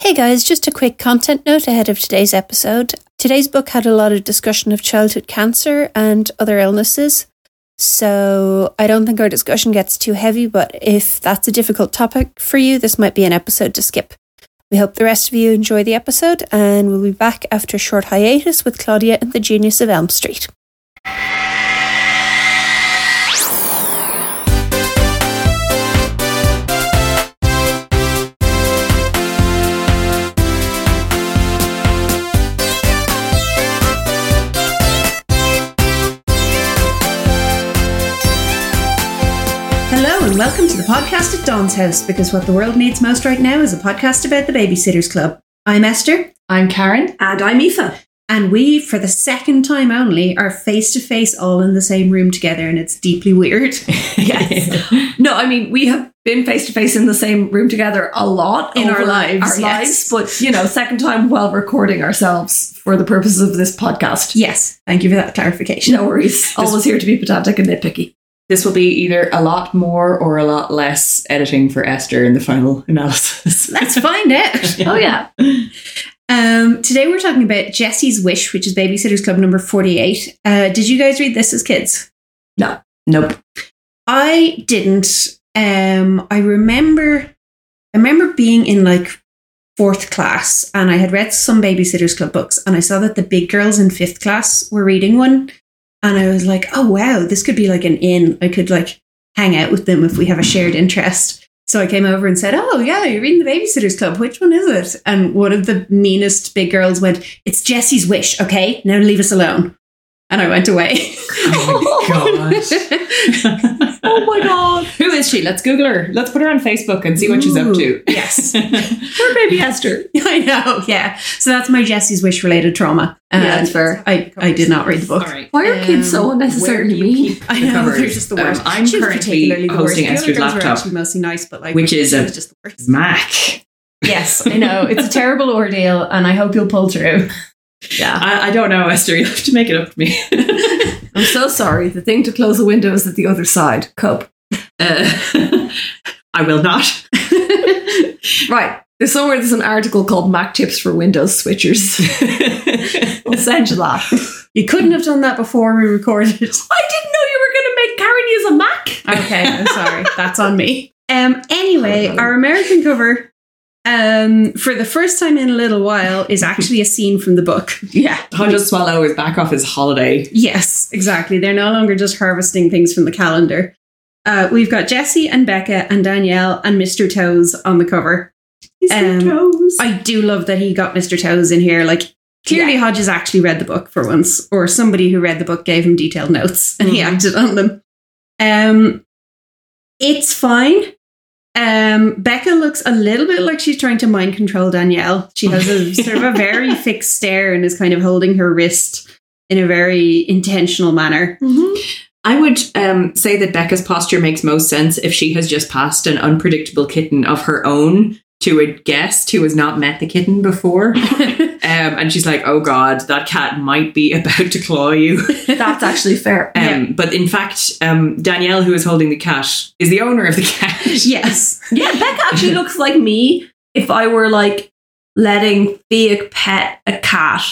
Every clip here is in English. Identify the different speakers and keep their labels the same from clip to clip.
Speaker 1: Hey guys, just a quick content note ahead of today's episode. Today's book had a lot of discussion of childhood cancer and other illnesses. So I don't think our discussion gets too heavy, but if that's a difficult topic for you, this might be an episode to skip. We hope the rest of you enjoy the episode, and we'll be back after a short hiatus with Claudia and the Genius of Elm Street.
Speaker 2: Hello and welcome to the podcast at Dawn's House because what the world needs most right now is a podcast about the Babysitters Club. I'm Esther.
Speaker 3: I'm Karen.
Speaker 4: And I'm Aoife.
Speaker 2: And we, for the second time only, are face to face all in the same room together and it's deeply weird.
Speaker 4: Yes. No, I mean, we have been face to face in the same room together a lot
Speaker 2: In our
Speaker 4: over
Speaker 2: lives,
Speaker 4: Our
Speaker 2: yes.
Speaker 4: lives. But, you know, second time while recording ourselves for the purposes of this podcast.
Speaker 2: yes. Thank you for that clarification.
Speaker 4: No worries. Always here to be pedantic and nitpicky.
Speaker 3: This will be either a lot more or a lot less editing for Esther in the final analysis.
Speaker 2: Let's find out.
Speaker 4: Oh, yeah.
Speaker 2: Um, today we're talking about Jesse's Wish, which is Babysitters Club number 48. Uh, did you guys read this as kids?
Speaker 3: nope.
Speaker 2: I didn't. Um, I remember, I remember being in like fourth class, and I had read some Babysitters Club books, and I saw that the big girls in fifth class were reading one, and I was like, oh wow, this could be like an in. I could like hang out with them if we have a shared interest. So I came over and said, "Oh yeah, you're reading the Babysitters Club. Which one is it?" And one of the meanest big girls went, "It's Jessie's wish. Okay, now leave us alone." And I went away.
Speaker 4: Oh, my God.
Speaker 3: Who is she? Let's Google her. Let's put her on Facebook and see what she's up to.
Speaker 2: Ooh, yes.
Speaker 4: Poor baby Esther.
Speaker 2: I know, yeah. So that's my Jesse's wish related trauma. And
Speaker 4: Yeah, that's fair.
Speaker 2: I, I did not read the book.
Speaker 4: Why are kids
Speaker 2: Um,
Speaker 4: so unnecessarily mean?
Speaker 2: I
Speaker 3: the
Speaker 2: know,
Speaker 3: covers.
Speaker 2: they're just the worst.
Speaker 3: Um, I'm
Speaker 2: She was
Speaker 3: currently
Speaker 2: particularly the worst.
Speaker 3: hosting
Speaker 2: The other
Speaker 3: Esther's
Speaker 2: girls were
Speaker 3: laptop,
Speaker 2: actually mostly nice, but like,
Speaker 3: which is
Speaker 2: she
Speaker 3: a-
Speaker 2: was just the worst.
Speaker 3: Mac.
Speaker 4: Yes, I know. It's a terrible ordeal, and I hope you'll pull through. Yeah.
Speaker 3: I, I don't know, Esther. You have to make it up to me.
Speaker 4: I'm so sorry. The thing to close the window is at the other side. Cope.
Speaker 3: Uh, I will not.
Speaker 4: Right. There's somewhere there's an article called Mac Tips for Windows Switchers. I'll send you that. I didn't
Speaker 2: You couldn't have done that before we recorded.
Speaker 4: know you were going to make Karen use a Mac.
Speaker 2: okay, I'm sorry. That's on me. Um. Anyway, our American cover, um, for the first time in a little while, is actually a scene from the book.
Speaker 4: Yeah.
Speaker 3: Hodges Swallow is back off his holiday.
Speaker 2: Yes, exactly. They're no longer just harvesting things from the calendar. Uh, we've got Jesse and Becca and Danielle and Mr. Toes on the cover. Um, I do love that he got Mr. Toes in here. Like, clearly Hodges actually read the book for once, or somebody who read the book gave him detailed notes and he
Speaker 4: Mm-hmm.
Speaker 3: Mhm.
Speaker 2: acted on them. Um, it's fine. Um, Becca looks a little bit like she's trying to mind control Danielle. She has a sort of a very fixed stare and is kind of holding her wrist in a very intentional manner.
Speaker 4: Mm-hmm.
Speaker 3: I would um, say that Becca's posture makes most sense if she has just passed an unpredictable kitten of her own to a guest who has not met the kitten before. um, and she's like, oh God, that cat might be about to claw you.
Speaker 4: That's actually fair.
Speaker 3: Um, But in fact, um, Danielle, who is holding the cat, is the owner of the cat.
Speaker 2: Yes.
Speaker 4: Yeah, Becca actually looks like me if I were like letting Fiak pet a cat.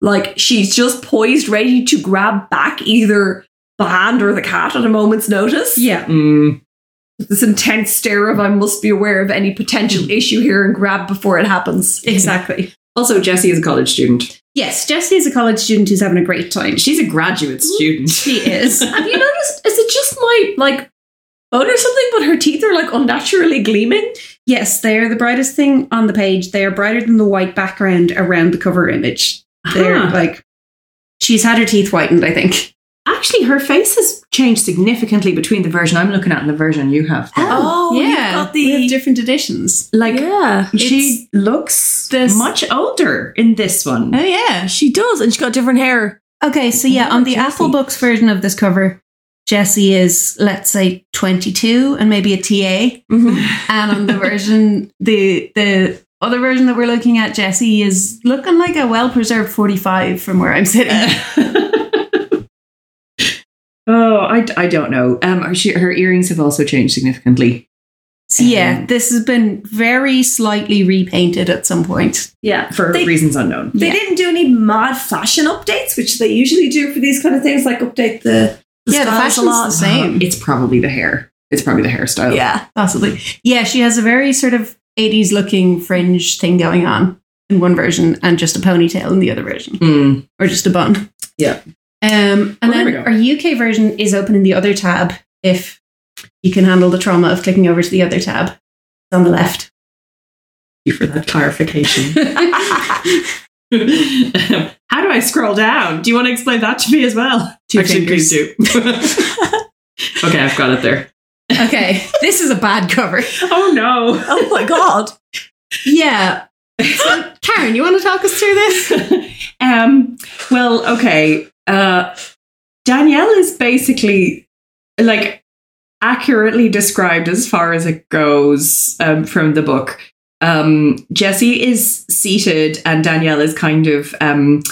Speaker 4: Like she's just poised, ready to grab back either the hand or the cat at a moment's notice.
Speaker 2: Yeah.
Speaker 3: Mm,
Speaker 4: This intense stare of I must be aware of any
Speaker 5: Mm-hmm.
Speaker 4: potential issue here and grab before it happens.
Speaker 2: Exactly.
Speaker 3: Also, Jessie is a college student.
Speaker 2: Yes, Jessie is a college student who's having a great time.
Speaker 3: She's a graduate student.
Speaker 2: She is.
Speaker 4: Have you noticed? Is it just my like bone or something? But her teeth are like unnaturally gleaming.
Speaker 2: Yes, they are the brightest thing on the page. They are brighter than the white background around the cover image. They're
Speaker 4: Ah.
Speaker 3: Huh.
Speaker 2: like she's had her teeth whitened, I think.
Speaker 3: Actually, her face has changed significantly between the version I'm looking at and the version you have.
Speaker 4: Oh, you've got
Speaker 2: we have
Speaker 4: the-
Speaker 2: different editions.
Speaker 3: Like,
Speaker 5: yeah,
Speaker 3: she looks
Speaker 5: this-
Speaker 3: much older in this one.
Speaker 4: Eh?
Speaker 2: yeah.
Speaker 5: oh, she does, and she got different hair.
Speaker 2: Okay, so yeah, on the
Speaker 3: Jessie.
Speaker 2: Apple Books version of this cover, Jessie is let's say twenty-two and maybe a TA.
Speaker 3: Mm-hmm.
Speaker 2: And on the version, the the other version that we're looking at, Jessie is looking like a well-preserved forty-five from where I'm sitting.
Speaker 4: Uh,
Speaker 3: oh, I, I don't know. Um, her- she, her earrings have also changed significantly.
Speaker 2: So yeah, this has been very slightly repainted at some point.
Speaker 4: Yeah.
Speaker 3: for
Speaker 4: They-
Speaker 3: reasons unknown.
Speaker 4: They didn't do any mad fashion updates, which they usually do for these kind of things, like update the, the
Speaker 2: yeah, the
Speaker 4: styles
Speaker 2: fashion's the same.
Speaker 3: It's probably the hair. It's probably the hairstyle.
Speaker 4: Yeah.
Speaker 2: Possibly. Yeah, she has a very sort of 80s looking fringe thing going on in one version and just a ponytail in the other version,
Speaker 3: Mm.
Speaker 2: or just a bun.
Speaker 3: Yeah.
Speaker 2: Um, and
Speaker 3: Well, there we
Speaker 2: then
Speaker 3: go.
Speaker 2: our UK version is open in the other tab if you can handle the trauma of clicking over to the other tab. It's on the left.
Speaker 3: Thank you for that clarification. How do I scroll down? Do you want to explain that to me as well?
Speaker 2: Two
Speaker 3: Actually, please do. okay, I've got it there.
Speaker 2: Okay, this is a bad cover.
Speaker 3: Oh no.
Speaker 4: Oh my god.
Speaker 2: Yeah. So, Karen, you want to talk us through this?
Speaker 3: um, well, okay. Uh, Danielle is basically like accurately described as far as it goes um, from the book. Um, Jesse is seated, and Danielle is kind of um,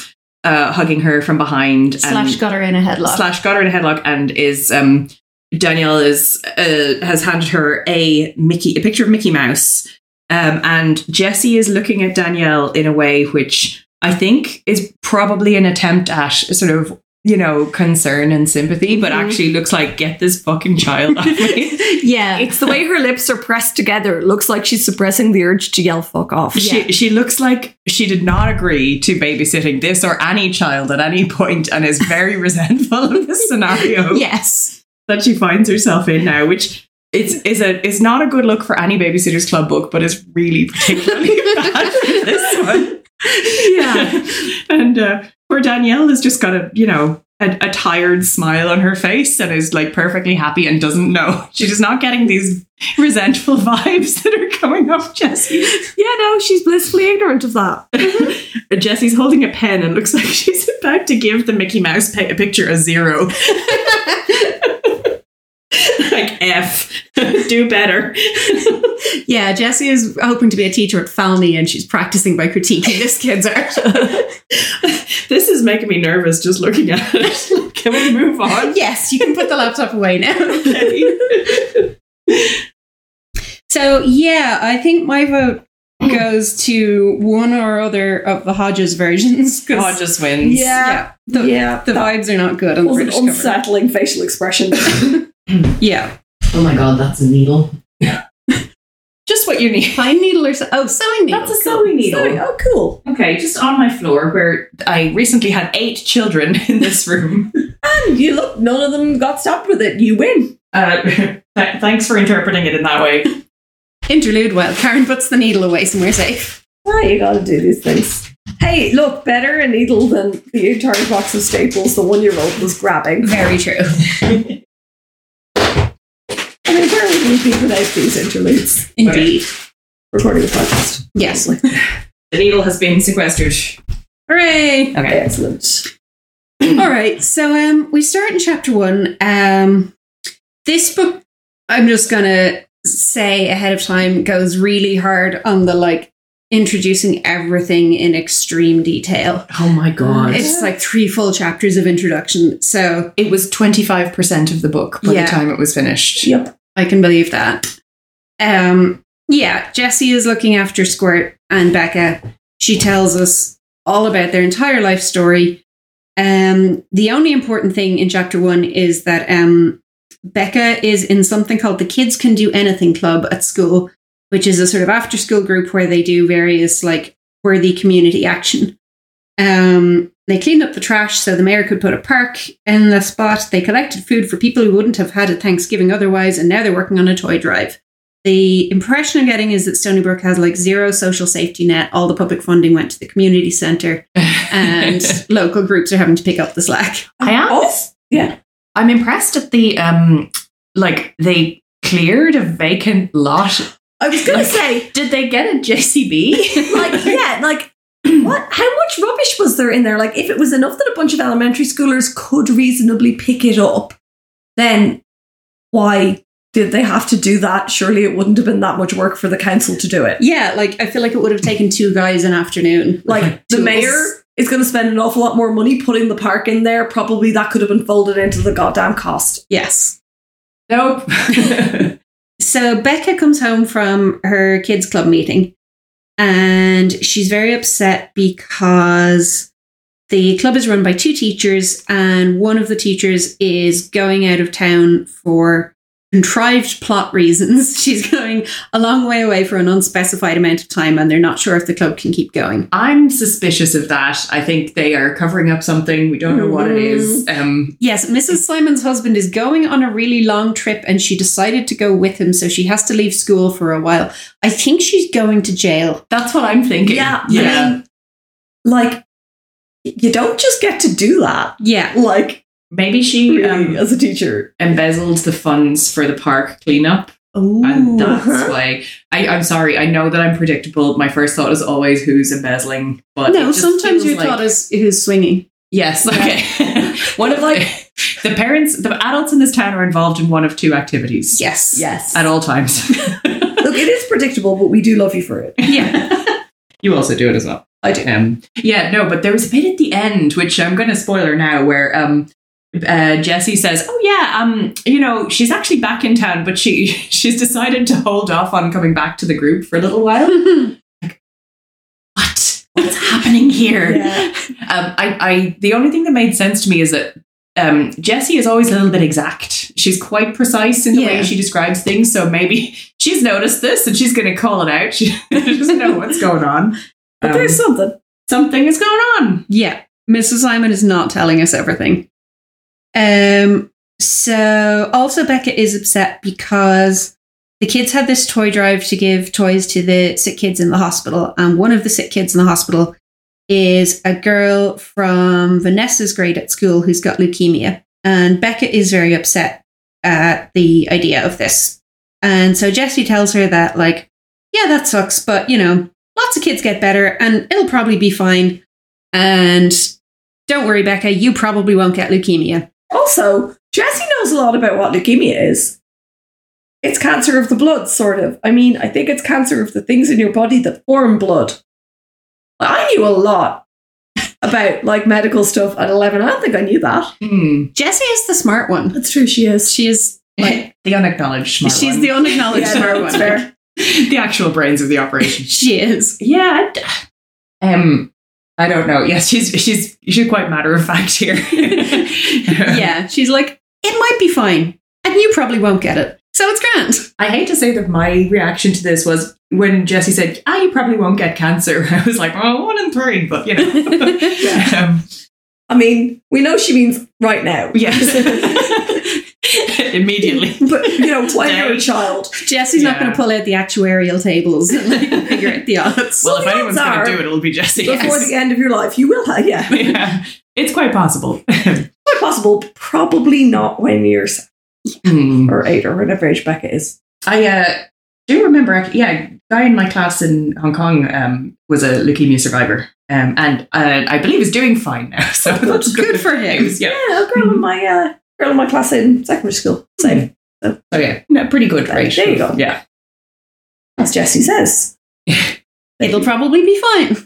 Speaker 3: uh, hugging her from behind.
Speaker 2: Slash
Speaker 3: and,
Speaker 2: got her in a headlock.
Speaker 3: Slash got her in a headlock and is um Danielle is uh, has handed her a Mickey a picture of Mickey Mouse. Um, and Jesse is looking at Danielle in a way which I think is probably an attempt at sort of you know concern and sympathy, but actually looks like get this fucking child off me.
Speaker 2: yeah.
Speaker 4: It's the way her lips are pressed together. It looks like she's suppressing the urge to yell fuck off.
Speaker 3: She she looks like she did not agree to babysitting this or any child at any point, and is very resentful of this scenario.
Speaker 2: yes.
Speaker 3: that she finds herself in now, which it's is a is not a good look for any babysitters club book, but is really particularly bad for this one. Yeah, and uh, poor Danielle has just got a you know a, a tired smile on her face and is like perfectly happy and doesn't know she's just not getting these resentful vibes that are coming off Jessie.
Speaker 4: Yeah, no, she's blissfully ignorant of that.
Speaker 3: Jessie's holding a pen and looks like she's about to give the Mickey Mouse pi- picture a zero. like F, do better.
Speaker 2: Yeah, Jessie is hoping to be a teacher at Falmy and she's practicing by critiquing this kid's art.
Speaker 3: this is making me nervous just looking at it. Can we move on?
Speaker 2: yes, you can put the laptop away now.
Speaker 3: Okay.
Speaker 2: So, yeah, I think my vote goes to one or other of the Hodges versions. 'cause-
Speaker 3: Hodges wins.
Speaker 2: Yeah. The,
Speaker 4: yeah.
Speaker 2: the vibes are not good on the
Speaker 4: was an
Speaker 2: British cover.
Speaker 4: unsettling facial expression.
Speaker 2: Yeah.
Speaker 3: Oh my god, that's a needle. just what you need.
Speaker 2: Pine needle or so- oh, sewing needle.
Speaker 3: That's a sewing needle.
Speaker 4: Sorry, oh, cool.
Speaker 3: Okay, just on my floor where I recently had eight children in this room.
Speaker 4: And you look, none of them got stopped with it. You win.
Speaker 3: Uh, th- thanks for interpreting it in that way.
Speaker 2: Interlude while Karen puts the needle away somewhere safe.
Speaker 4: Oh, you gotta do these things. Hey, look, better a needle than the entire box of staples the one year old was grabbing.
Speaker 2: Very true.
Speaker 4: I mean, where would we be without these interludes?
Speaker 2: Indeed.
Speaker 4: Recording a podcast.
Speaker 2: Yes.
Speaker 3: The needle has been sequestered.
Speaker 2: Hooray!
Speaker 3: Okay.
Speaker 4: Excellent.
Speaker 2: All right, so um, we start in chapter one. Um, this book, I'm just gonna say ahead of time, goes really hard on the like introducing everything in extreme detail.
Speaker 3: Oh my god.
Speaker 2: It's like three full chapters of introduction, so
Speaker 3: it was 25% of the book by
Speaker 2: Yeah.
Speaker 3: the time it was finished.
Speaker 4: Yep.
Speaker 2: I can believe that. Um, yeah, Jessie is looking after Squirt and Becca. She tells us all about their entire life story. Um, the only important thing in chapter one is that um, Becca is in something called the Kids Can Do Anything Club at school, which is a sort of after school group where they do various like worthy community action. Um, they cleaned up the trash so the mayor could put a park in the spot. They collected food for people who wouldn't have had it Thanksgiving otherwise, and now they're working on a toy drive. The impression I'm getting is that Stony Brook has like zero social safety net. All the public funding went to the community centre, and local groups are having to pick up the slack.
Speaker 3: I am.
Speaker 4: Oh, yeah.
Speaker 3: I'm impressed at the um like they cleared a vacant lot.
Speaker 4: I was gonna
Speaker 3: Like-
Speaker 4: say,
Speaker 3: Did they get a JCB?
Speaker 4: like, yeah, like, what? How much rubbish was there in there? Like, if it was enough that a bunch of elementary schoolers could reasonably pick it up, then why did they have to do that? Surely it wouldn't have been that much work for the council to do it.
Speaker 2: Yeah, like I feel like it would have taken two guys an afternoon.
Speaker 4: Like the
Speaker 2: tools.
Speaker 4: mayor is going to spend an awful lot more money putting the park in there. Probably that could have been folded into the goddamn cost.
Speaker 2: Yes.
Speaker 3: nope.
Speaker 2: So Becca comes home from her kids' club meeting and she's very upset because the club is run by two teachers and one of the teachers is going out of town for contrived plot reasons. She's going a long way away for an unspecified amount of time and they're not sure if the club can keep going.
Speaker 3: I'm suspicious of that. I think they are covering up something. We don't know what it is. Um,
Speaker 2: Yes, Mrs. Simon's husband is going on a really long trip and she decided to go with him, so she has to leave school for a while. I think she's going to jail.
Speaker 3: that's what I'm thinking.
Speaker 4: Yeah, I
Speaker 3: Yeah.
Speaker 4: mean, like you don't just get to do that.
Speaker 2: Yeah.
Speaker 4: Like
Speaker 3: Maybe she
Speaker 4: really,
Speaker 3: um,
Speaker 4: as a teacher.
Speaker 3: embezzled the funds for the park cleanup. And that's why I, I'm sorry. I know that I'm predictable. My first thought is always who's embezzling, but it
Speaker 2: no,
Speaker 3: just
Speaker 2: sometimes
Speaker 3: feels
Speaker 2: your
Speaker 3: like-
Speaker 2: thought is who's swinging.
Speaker 3: yes, okay. one of like the parents, the adults in this town are involved in one of two activities
Speaker 2: Yes.
Speaker 4: Yes.
Speaker 3: at all times.
Speaker 4: Look, it is predictable, but we do love you for it.
Speaker 3: yeah, you also do it as well.
Speaker 4: I do.
Speaker 3: Um, yeah, no, but there was a bit at the end which I'm going to spoiler now, where um, uh, Jesse says, "Oh yeah, um, you know, she's actually back in town, but she she's decided to hold off on coming back to the group for a little while." what? What's happening here?
Speaker 4: Yeah.
Speaker 3: Um, I, I, the only thing that made sense to me is that um, Jessie is always a little bit exact. She's quite precise in the way
Speaker 2: Yeah.
Speaker 3: she describes things, so maybe she's noticed this and she's going to call it out. She doesn't know what's going on.
Speaker 4: But
Speaker 3: Um,
Speaker 4: there's something.
Speaker 3: something is going on.
Speaker 2: Yeah, Mrs. Simon is not telling us everything. Um, so also Becca is upset because the kids had this toy drive to give toys to the sick kids in the hospital, and one of the sick kids in the hospital is a girl from Vanessa's grade at school who's got leukemia, and Becca is very upset at the idea of this. And so Jesse tells her that, like, yeah, that sucks, but you know, lots of kids get better and it'll probably be fine. And don't worry, Becca, you probably won't get leukemia.
Speaker 4: Also, Jesse knows a lot about what leukemia is. It's cancer of the blood, sort of. I mean, I think it's cancer of the things in your body that form blood. I knew a lot about like medical stuff at 11. I don't think I knew that.
Speaker 3: Hmm.
Speaker 2: Jessie is the smart one.
Speaker 4: That's true, she is.
Speaker 2: She is
Speaker 3: Like the unacknowledged smart
Speaker 2: she's
Speaker 3: one.
Speaker 2: the unacknowledged
Speaker 4: Yeah,
Speaker 2: smart
Speaker 4: no,
Speaker 2: one.
Speaker 4: it's fair.
Speaker 3: the actual brains of the operation.
Speaker 2: She is.
Speaker 3: yeah. I d- Um, I don't know. Yes, she's she's she's quite matter of fact here.
Speaker 2: Yeah, she's like, it might be fine, and you probably won't get it. So it's grand.
Speaker 3: I hate to say that my reaction to this was when Jesse said, "Ah, you probably won't get cancer." I was like, "Oh, one in three, but you know." um,
Speaker 4: I mean, we know she means right now.
Speaker 3: yes. Immediately.
Speaker 4: but, you know, when you're
Speaker 3: Today.
Speaker 4: a child,
Speaker 2: Jesse's not
Speaker 3: Yeah.
Speaker 2: going to pull out the actuarial tables and like, figure out the odds.
Speaker 3: Well, if
Speaker 4: the
Speaker 3: anyone's
Speaker 4: odds
Speaker 3: going
Speaker 4: are-
Speaker 3: to do it, it'll be Jesse.
Speaker 4: before
Speaker 2: Yes.
Speaker 4: the end of your life, you will have, yeah.
Speaker 3: yeah. It's quite possible.
Speaker 4: Quite possible, but probably not when you're seven
Speaker 3: Hmm.
Speaker 4: or eight or whatever age Becca is.
Speaker 3: I uh, do remember, act- yeah, a guy in my class in Hong Kong um, was a leukemia survivor. Um, and uh, I believe is doing fine now. So that's
Speaker 2: Good for him.
Speaker 3: news, Yeah.
Speaker 4: Yeah, a girl in my uh, girl in my class in secondary school.
Speaker 2: Hmm.
Speaker 4: Same.
Speaker 3: So yeah, no, pretty good
Speaker 4: There-
Speaker 3: rate.
Speaker 4: there you go.
Speaker 3: Yeah.
Speaker 4: As Jesse says.
Speaker 2: It'll probably be fine.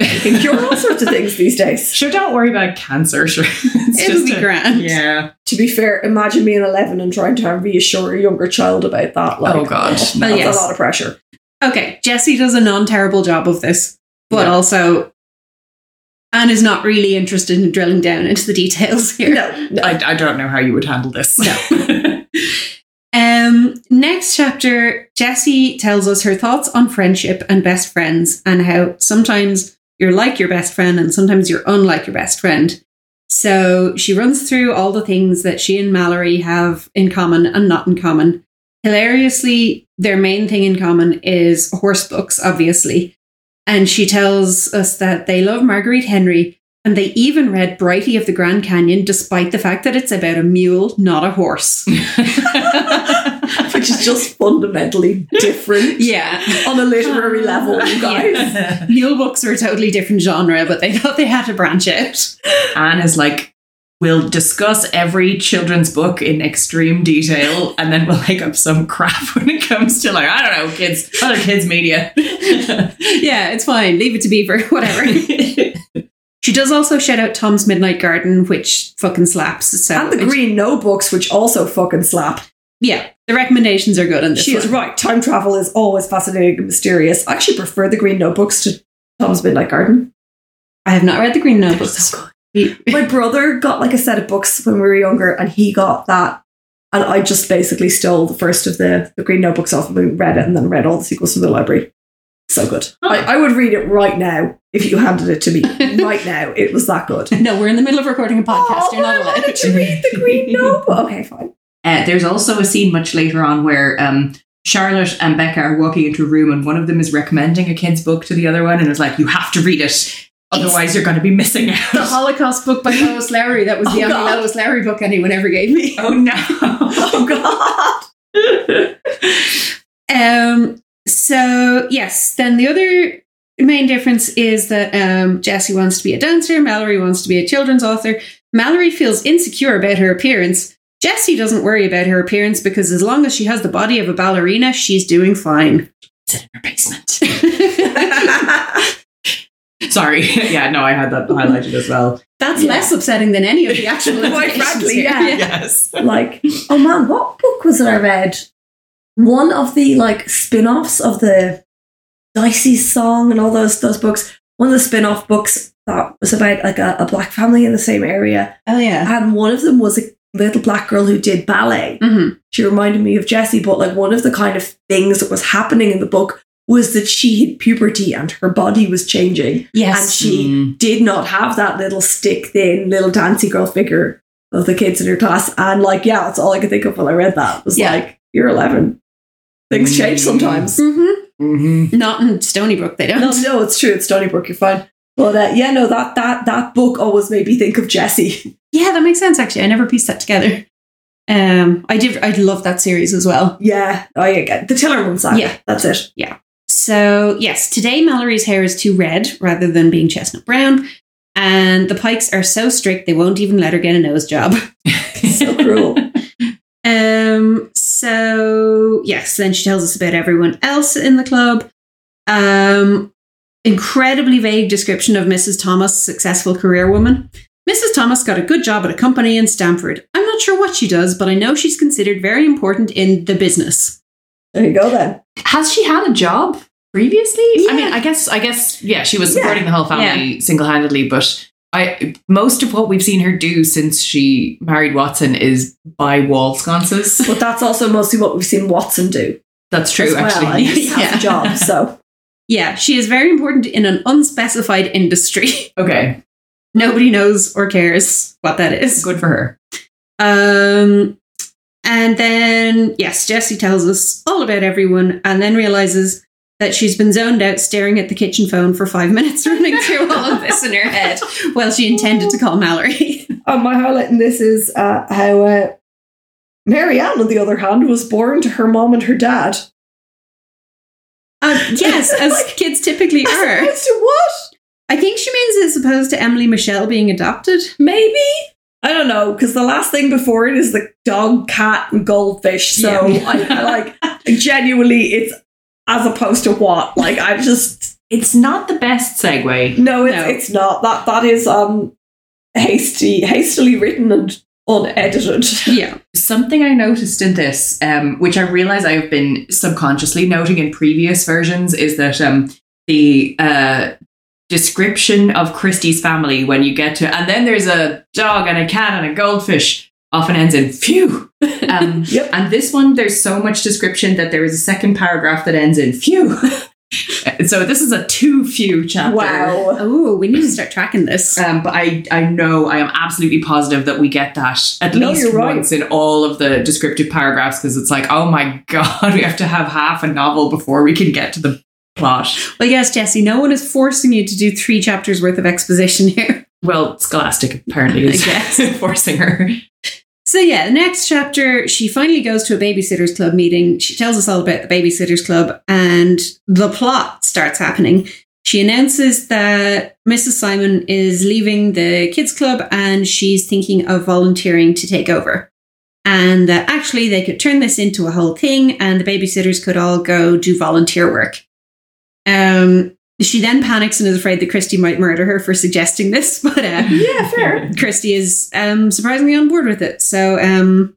Speaker 4: You can cure all sorts of things these days.
Speaker 3: Sure, don't worry about cancer. Sure. It's
Speaker 2: It'll be
Speaker 3: a-
Speaker 2: grand.
Speaker 3: Yeah.
Speaker 4: To be fair, imagine being eleven and trying to reassure a younger child about that. Like,
Speaker 3: Oh, God.
Speaker 4: that's
Speaker 3: No.
Speaker 2: Yes.
Speaker 4: a lot of pressure.
Speaker 2: Okay, Jesse does a non terrible job of this, but
Speaker 3: Yeah.
Speaker 2: also Anne is not really interested in drilling down into the details here.
Speaker 4: No, no.
Speaker 3: I, I don't know how you would handle this. No.
Speaker 2: Um, next chapter, Jessie tells us her thoughts on friendship and best friends and how sometimes you're like your best friend and sometimes you're unlike your best friend. So she runs through all the things that she and Mallory have in common and not in common. Hilariously, their main thing in common is horse books, obviously. And she tells us that they love Marguerite Henry and they even read Brighty of the Grand Canyon, despite the fact that it's about a mule, not a horse.
Speaker 4: which is just fundamentally different
Speaker 2: yeah.
Speaker 4: on a literary level, you guys.
Speaker 2: Mule books are a totally different genre, but they thought they had to branch out.
Speaker 3: Anne is like, we'll discuss every children's book in extreme detail, and then we'll make up some crap when it comes to like, I don't know, kids, other kids media.
Speaker 2: Yeah, it's fine. Leave it to Beaver, whatever. she does also shout out Tom's Midnight Garden, which fucking slaps. So
Speaker 4: And the Green No books, which also fucking slap.
Speaker 2: Yeah. The recommendations are good on this.
Speaker 4: She
Speaker 2: one.
Speaker 4: is right. Time travel is always fascinating and mysterious. I actually prefer the Green Notebooks to Tom's Midnight Garden.
Speaker 2: I have not read the Green Notebooks.
Speaker 4: My brother got like a set of books when we were younger, and he got that. And I just basically stole the first of the, the Green Notebooks off him and read it, and then read all the sequels from the library. So good. I, I would read it right now if you handed it to me. right now. It was that good.
Speaker 2: no, we're in the middle of recording a podcast.
Speaker 4: Oh,
Speaker 2: You're not
Speaker 4: I
Speaker 2: allowed.
Speaker 4: wanted to read the Green Notebook. Okay, fine.
Speaker 3: Uh, there's also a scene much later on where um, Charlotte and Becca are walking into a room and one of them is recommending a kid's book to the other one and is like, you have to read it. Otherwise, you're going to be missing
Speaker 2: The
Speaker 3: out.
Speaker 2: Holocaust book by Lois Lowry. That was the
Speaker 4: Oh,
Speaker 2: only
Speaker 4: God.
Speaker 2: Lois Lowry book anyone ever gave me.
Speaker 3: Oh no.
Speaker 4: Oh God.
Speaker 2: Um. So yes, then the other main difference is that um, Jessie wants to be a dancer, Mallory wants to be a children's author. Mallory feels insecure about her appearance. Jessie doesn't worry about her appearance because as long as she has the body of a ballerina, she's doing fine.
Speaker 3: Sit in her basement. Sorry. yeah, no, I had that highlighted as well.
Speaker 2: That's
Speaker 4: Yeah.
Speaker 2: less upsetting than any of the actual.
Speaker 4: Quite
Speaker 2: implications
Speaker 4: frankly,
Speaker 2: here.
Speaker 4: yeah.
Speaker 3: Yes.
Speaker 4: like oh man what book was it i read one of the like spin-offs of the dicey song and all those those books one of the spin-off books that was about like a, a black family in the same area
Speaker 2: Oh yeah.
Speaker 4: and one of them was a little black girl who did ballet
Speaker 2: hmm
Speaker 4: she reminded me of jessie but like one of the kind of things that was happening in the book was that she hit puberty and her body was changing and she
Speaker 3: Mm-hmm.
Speaker 4: did not have that little stick thin little dancey girl figure of the kids in her class. And like, yeah, that's all I could think of when I read that. was
Speaker 2: Yeah.
Speaker 4: like, you're 11. Things
Speaker 3: Mm.
Speaker 4: change sometimes.
Speaker 2: hmm
Speaker 3: hmm
Speaker 2: Not in Stony Brook, they don't.
Speaker 4: No, no, it's true. It's Stony Brook. You're fine. But uh, yeah, no, that that that book always made me think of Jessie.
Speaker 2: Yeah, that makes sense. Actually, I never pieced that together. Um, I did. I love that series as well.
Speaker 4: Yeah, I again the Tillerman saga.
Speaker 2: Yeah.
Speaker 4: that's it.
Speaker 2: So, yes, today Mallory's hair is too red rather than being chestnut brown. And the Pikes are so strict they won't even let her get a nose job.
Speaker 4: So cruel.
Speaker 2: Um, so yes, then she tells us about everyone else in the club. Um, incredibly vague description of Mrs. Thomas, successful career woman. Mrs. Thomas got a good job at a company in Stamford. I'm not sure what she does, but I know she's considered very important in the business.
Speaker 4: There you go then.
Speaker 3: Has she had a job previously?
Speaker 2: Yeah.
Speaker 3: I mean, I guess, I guess, yeah, she was
Speaker 4: Yeah.
Speaker 3: supporting the whole family single-handedly, but I most of what we've seen her do since she married Watson is buy wall sconces.
Speaker 4: But that's also mostly what we've seen Watson do.
Speaker 3: That's true,
Speaker 4: as well.
Speaker 3: actually.
Speaker 4: And he has
Speaker 2: Yeah.
Speaker 4: a job, so
Speaker 2: Yeah, she is very important in an unspecified industry.
Speaker 3: Okay,
Speaker 2: Nobody knows or cares what that is.
Speaker 3: good for her.
Speaker 2: Um, and then, yes, Jessie tells us all about everyone and then realizes that she's been zoned out staring at the kitchen phone for five minutes, running through all of this in her head while she intended to call Mallory.
Speaker 4: And Uh, my highlight in this is uh, how uh, Mary Ann, on the other hand, was born to her mom and her dad.
Speaker 2: Uh, yes, as
Speaker 4: Like-
Speaker 2: kids typically
Speaker 4: As
Speaker 2: are.
Speaker 4: opposed to what?
Speaker 2: I think she means as opposed to Emily Michelle being adopted.
Speaker 4: Maybe? I don't know, because the last thing before it is the dog, cat, and goldfish. So,
Speaker 3: Yeah.
Speaker 4: I, I like, genuinely, it's as opposed to what? Like, I'm just.
Speaker 3: It's not the best segue.
Speaker 4: No, it's,
Speaker 2: No.
Speaker 4: it's not. That That is um hasty, hastily written and unedited.
Speaker 2: Yeah.
Speaker 3: Something I noticed in this, um, which I realize I have been subconsciously noting in previous versions, is that um, the uh, description of Christie's family when you get to, and then there's a dog and a cat and a goldfish, often ends in phew. Um,
Speaker 4: Yep.
Speaker 3: And this one, there's so much description that there is a second paragraph that ends in phew. so this is a too few chapter.
Speaker 4: Wow.
Speaker 2: Oh, we need to start tracking this.
Speaker 3: Um, but I, I know, I am absolutely positive that we get that at
Speaker 4: No,
Speaker 3: least
Speaker 4: you're right.
Speaker 3: once in all of the descriptive paragraphs because it's like, oh my god, we have to have half a novel before we can get to the plot.
Speaker 2: Well, yes, Jessie, no one is forcing you to do three chapters worth of exposition here.
Speaker 3: Well, Scholastic apparently is
Speaker 2: I guess.
Speaker 3: forcing her.
Speaker 2: So yeah, the next chapter, she finally goes to a babysitters club meeting. She tells us all about the babysitters club, and the plot starts happening. She announces that Mrs. Simon is leaving the kids club and she's thinking of volunteering to take over. And that actually they could turn this into a whole thing and the babysitters could all go do volunteer work. Um, she then panics and is afraid that Christy might murder her for suggesting this, but uh,
Speaker 4: Yeah, fair.
Speaker 2: Christy is um, surprisingly on board with it. So um,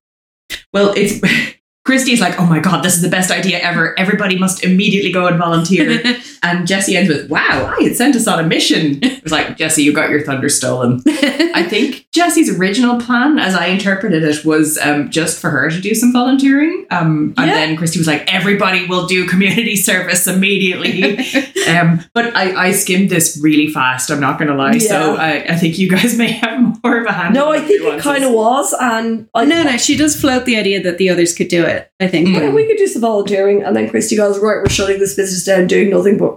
Speaker 3: Well, it's Christy's like, oh my god, this is the best idea ever. Everybody must immediately go and volunteer. and Jesse ends with, wow, I had sent us on a mission. It was like, Jesse, you got your thunder stolen. I think Jesse's original plan, as I interpreted it, was um, just for her to do some volunteering. Um, and
Speaker 4: Yeah.
Speaker 3: then Christy was like, everybody will do community service immediately. um, but I, I skimmed this really fast, I'm not going to lie. So I, I think you guys may have more of a hand.
Speaker 4: No,
Speaker 3: on
Speaker 4: I
Speaker 3: the
Speaker 4: think it
Speaker 3: nuances.
Speaker 4: kind of was, and
Speaker 3: Oh,
Speaker 4: I
Speaker 2: no, no, she does float the idea that the others could do it, I think.
Speaker 3: Mm.
Speaker 2: Uh,
Speaker 4: Yeah, we could do some volunteering, and then Christy goes, "Right, we're shutting this business down, doing nothing but."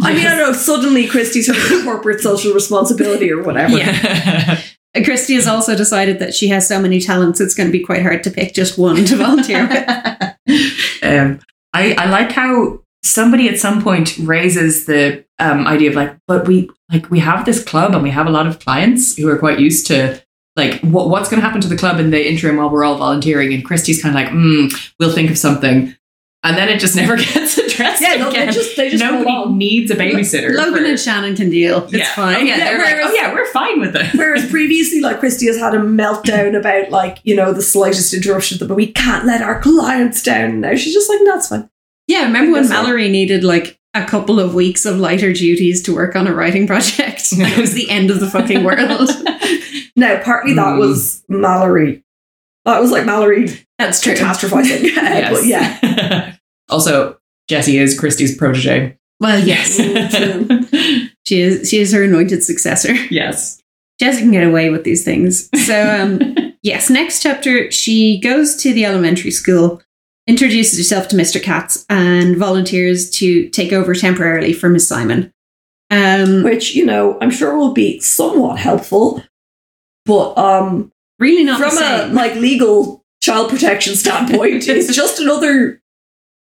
Speaker 4: I mean, I don't know. Suddenly, Christy's her corporate social responsibility or whatever.
Speaker 3: Yeah.
Speaker 2: Uh, Christy has also decided that she has so many talents, it's going to be quite hard to pick just one to volunteer with.
Speaker 3: um, I, I like how somebody at some point raises the um, idea of like, but we like we have this club and we have a lot of clients who are quite used to like what, what's going to happen to the club in the interim while we're all volunteering. And Christy's kind of like, mm, we'll think of something, and then it just never gets addressed
Speaker 4: Yeah, no, they
Speaker 3: again.
Speaker 4: just they just
Speaker 3: Nobody
Speaker 4: go on.
Speaker 3: needs a babysitter.
Speaker 2: Logan
Speaker 3: for-
Speaker 2: and Shannon can deal. It's
Speaker 3: yeah.
Speaker 2: fine.
Speaker 3: Oh, yeah, they're like,
Speaker 4: whereas-
Speaker 3: oh yeah, we're fine with it.
Speaker 4: Whereas previously, like Christy has had a meltdown about like you know the slightest interruption, but we can't let our clients down. Now she's just like, "No, it's fine.
Speaker 2: Yeah, remember when
Speaker 4: That's right.
Speaker 2: Mallory needed like a couple of weeks of lighter duties to work on a writing project? it was the end of the fucking world.
Speaker 4: No, partly that
Speaker 3: Hmm.
Speaker 4: was Mallory. That was like Mallory
Speaker 2: That's true.
Speaker 4: catastrophizing.
Speaker 3: Yes.
Speaker 4: But yeah,
Speaker 3: also, Jessie is Christy's protege.
Speaker 4: Oh,
Speaker 2: Well, yes, she is. She is her anointed successor.
Speaker 3: yes.
Speaker 2: Jessica can get away with these things. So, um, yes, next chapter, she goes to the elementary school, introduces herself to Mr. Katz, and volunteers to take over temporarily for Miss Simon. Um,
Speaker 4: which you know I'm sure will be somewhat helpful, but um,
Speaker 2: really not the
Speaker 4: from a
Speaker 2: same.
Speaker 4: like legal child protection standpoint, it's just another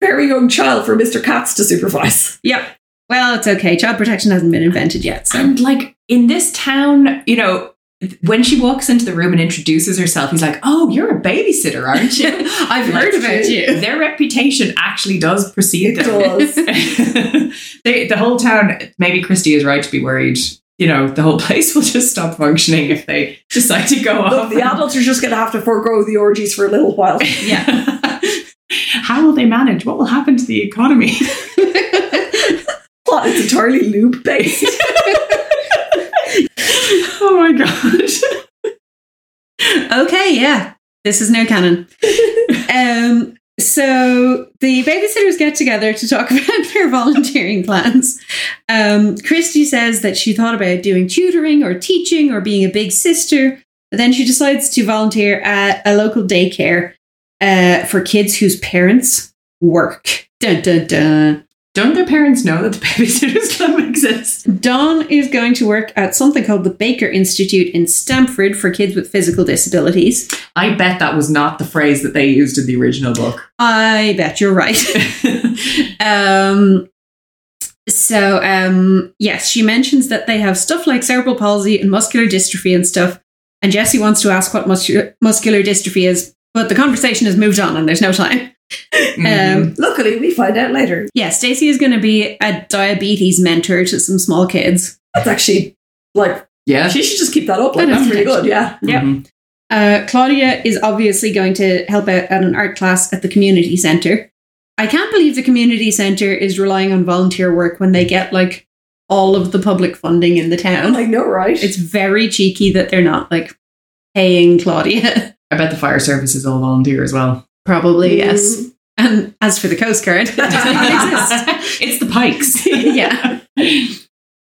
Speaker 4: very young child for Mr. Katz to supervise.
Speaker 2: Yep. Well, it's okay. Child protection hasn't been invented yet. So,
Speaker 3: And like in this town, you know, when she walks into the room and introduces herself, he's like, "Oh, you're a babysitter, aren't you?"
Speaker 2: I've
Speaker 3: Like,
Speaker 2: heard about you.
Speaker 3: Their reputation actually does precede
Speaker 4: It
Speaker 3: them.
Speaker 4: does.
Speaker 3: they, the whole town. Maybe Christy is right to be worried. You know, the whole place will just stop functioning if they decide to go
Speaker 4: Look,
Speaker 3: off.
Speaker 4: the adults are just going to have to forego the orgies for a little while.
Speaker 3: yeah. How will they manage? What will happen to the economy?
Speaker 4: Plot is entirely lube based.
Speaker 3: oh my gosh.
Speaker 2: Okay, yeah. This is no canon. um, so the babysitters get together to talk about their volunteering plans. Um, Christy says that she thought about doing tutoring or teaching or being a big sister, but then she decides to volunteer at a local daycare uh, for kids whose parents work. Dun, dun, dun.
Speaker 3: Don't their parents know that the babysitters club exists?
Speaker 2: Dawn is going to work at something called the Baker Institute in Stamford for kids with physical disabilities.
Speaker 3: I bet that was not the phrase that they used in the original book. Mm-hmm.
Speaker 2: I bet you're right. um, so, um, yes, she mentions that they have stuff like cerebral palsy and muscular dystrophy and stuff. And Jesse wants to ask what muscu- muscular dystrophy is, but the conversation has moved on and there's no time.
Speaker 3: Mhm.
Speaker 2: Um,
Speaker 4: Luckily, we find out later.
Speaker 2: yeah, Stacey is going to be a diabetes mentor to some small kids.
Speaker 4: That's actually like
Speaker 3: yeah.
Speaker 4: she should just keep that up. Like,
Speaker 2: That is
Speaker 4: that's pretty
Speaker 2: intentional.
Speaker 4: good. Yeah.
Speaker 3: Mhm.
Speaker 2: Uh, Claudia is obviously going to help out at an art class at the community center. I can't believe the community center is relying on volunteer work when they get like all of the public funding in the town.
Speaker 4: I know, right?
Speaker 2: It's very cheeky that they're not like paying Claudia.
Speaker 3: I bet the fire service is all volunteer as well.
Speaker 4: Mm.
Speaker 2: Probably, yes. And as for the Coast Guard, that doesn't exist.
Speaker 3: it's the Pikes.
Speaker 2: Yeah.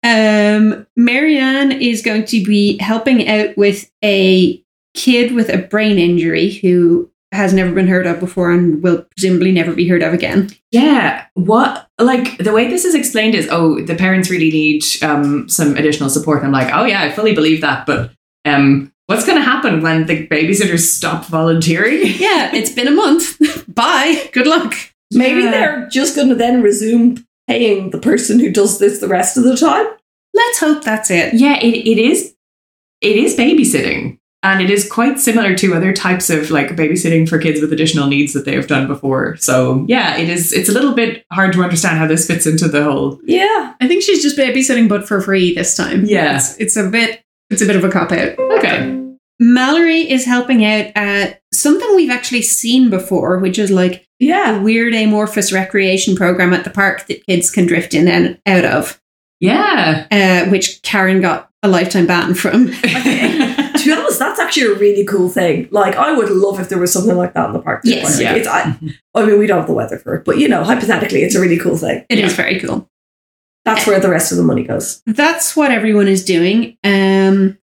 Speaker 2: Um, Marianne is going to be helping out with a kid with a brain injury who has never been heard of before and will presumably never be heard of again.
Speaker 3: Yeah. What, like, the way this is explained is oh, the parents really need um, some additional support. I'm like, oh, yeah, I fully believe that. But um, what's going to happen when the babysitters stop volunteering?
Speaker 2: Yeah, it's been a month. Bye. Good luck.
Speaker 4: Maybe
Speaker 3: Yeah.
Speaker 4: they're just going to then resume paying the person who does this the rest of the time.
Speaker 2: Let's hope that's it.
Speaker 3: Yeah, it, it is. It is babysitting, and it is quite similar to other types of like babysitting for kids with additional needs that they have done before. So yeah, it is. It's a little bit hard to understand how this fits into the whole.
Speaker 4: Yeah.
Speaker 2: I think she's just babysitting, but for free this time.
Speaker 3: Yeah.
Speaker 2: it's, it's a bit. It's a bit of a cop out.
Speaker 3: Okay.
Speaker 2: Mallory is helping out at something we've actually seen before, which is like
Speaker 3: Yeah.
Speaker 2: a weird amorphous recreation program at the park that kids can drift in and out of,
Speaker 3: Yeah.
Speaker 2: uh, which Karen got a lifetime ban from.
Speaker 4: To be honest, that's actually a really cool thing. Like, I would love if there was something like that in the park.
Speaker 2: Yes.
Speaker 4: Like,
Speaker 3: Yeah.
Speaker 4: It's, I, I mean, we don't have the weather for it, but you know, hypothetically, it's a really cool thing.
Speaker 2: It is very cool.
Speaker 4: That's where the rest of the money goes.
Speaker 2: That's what everyone is doing. Um,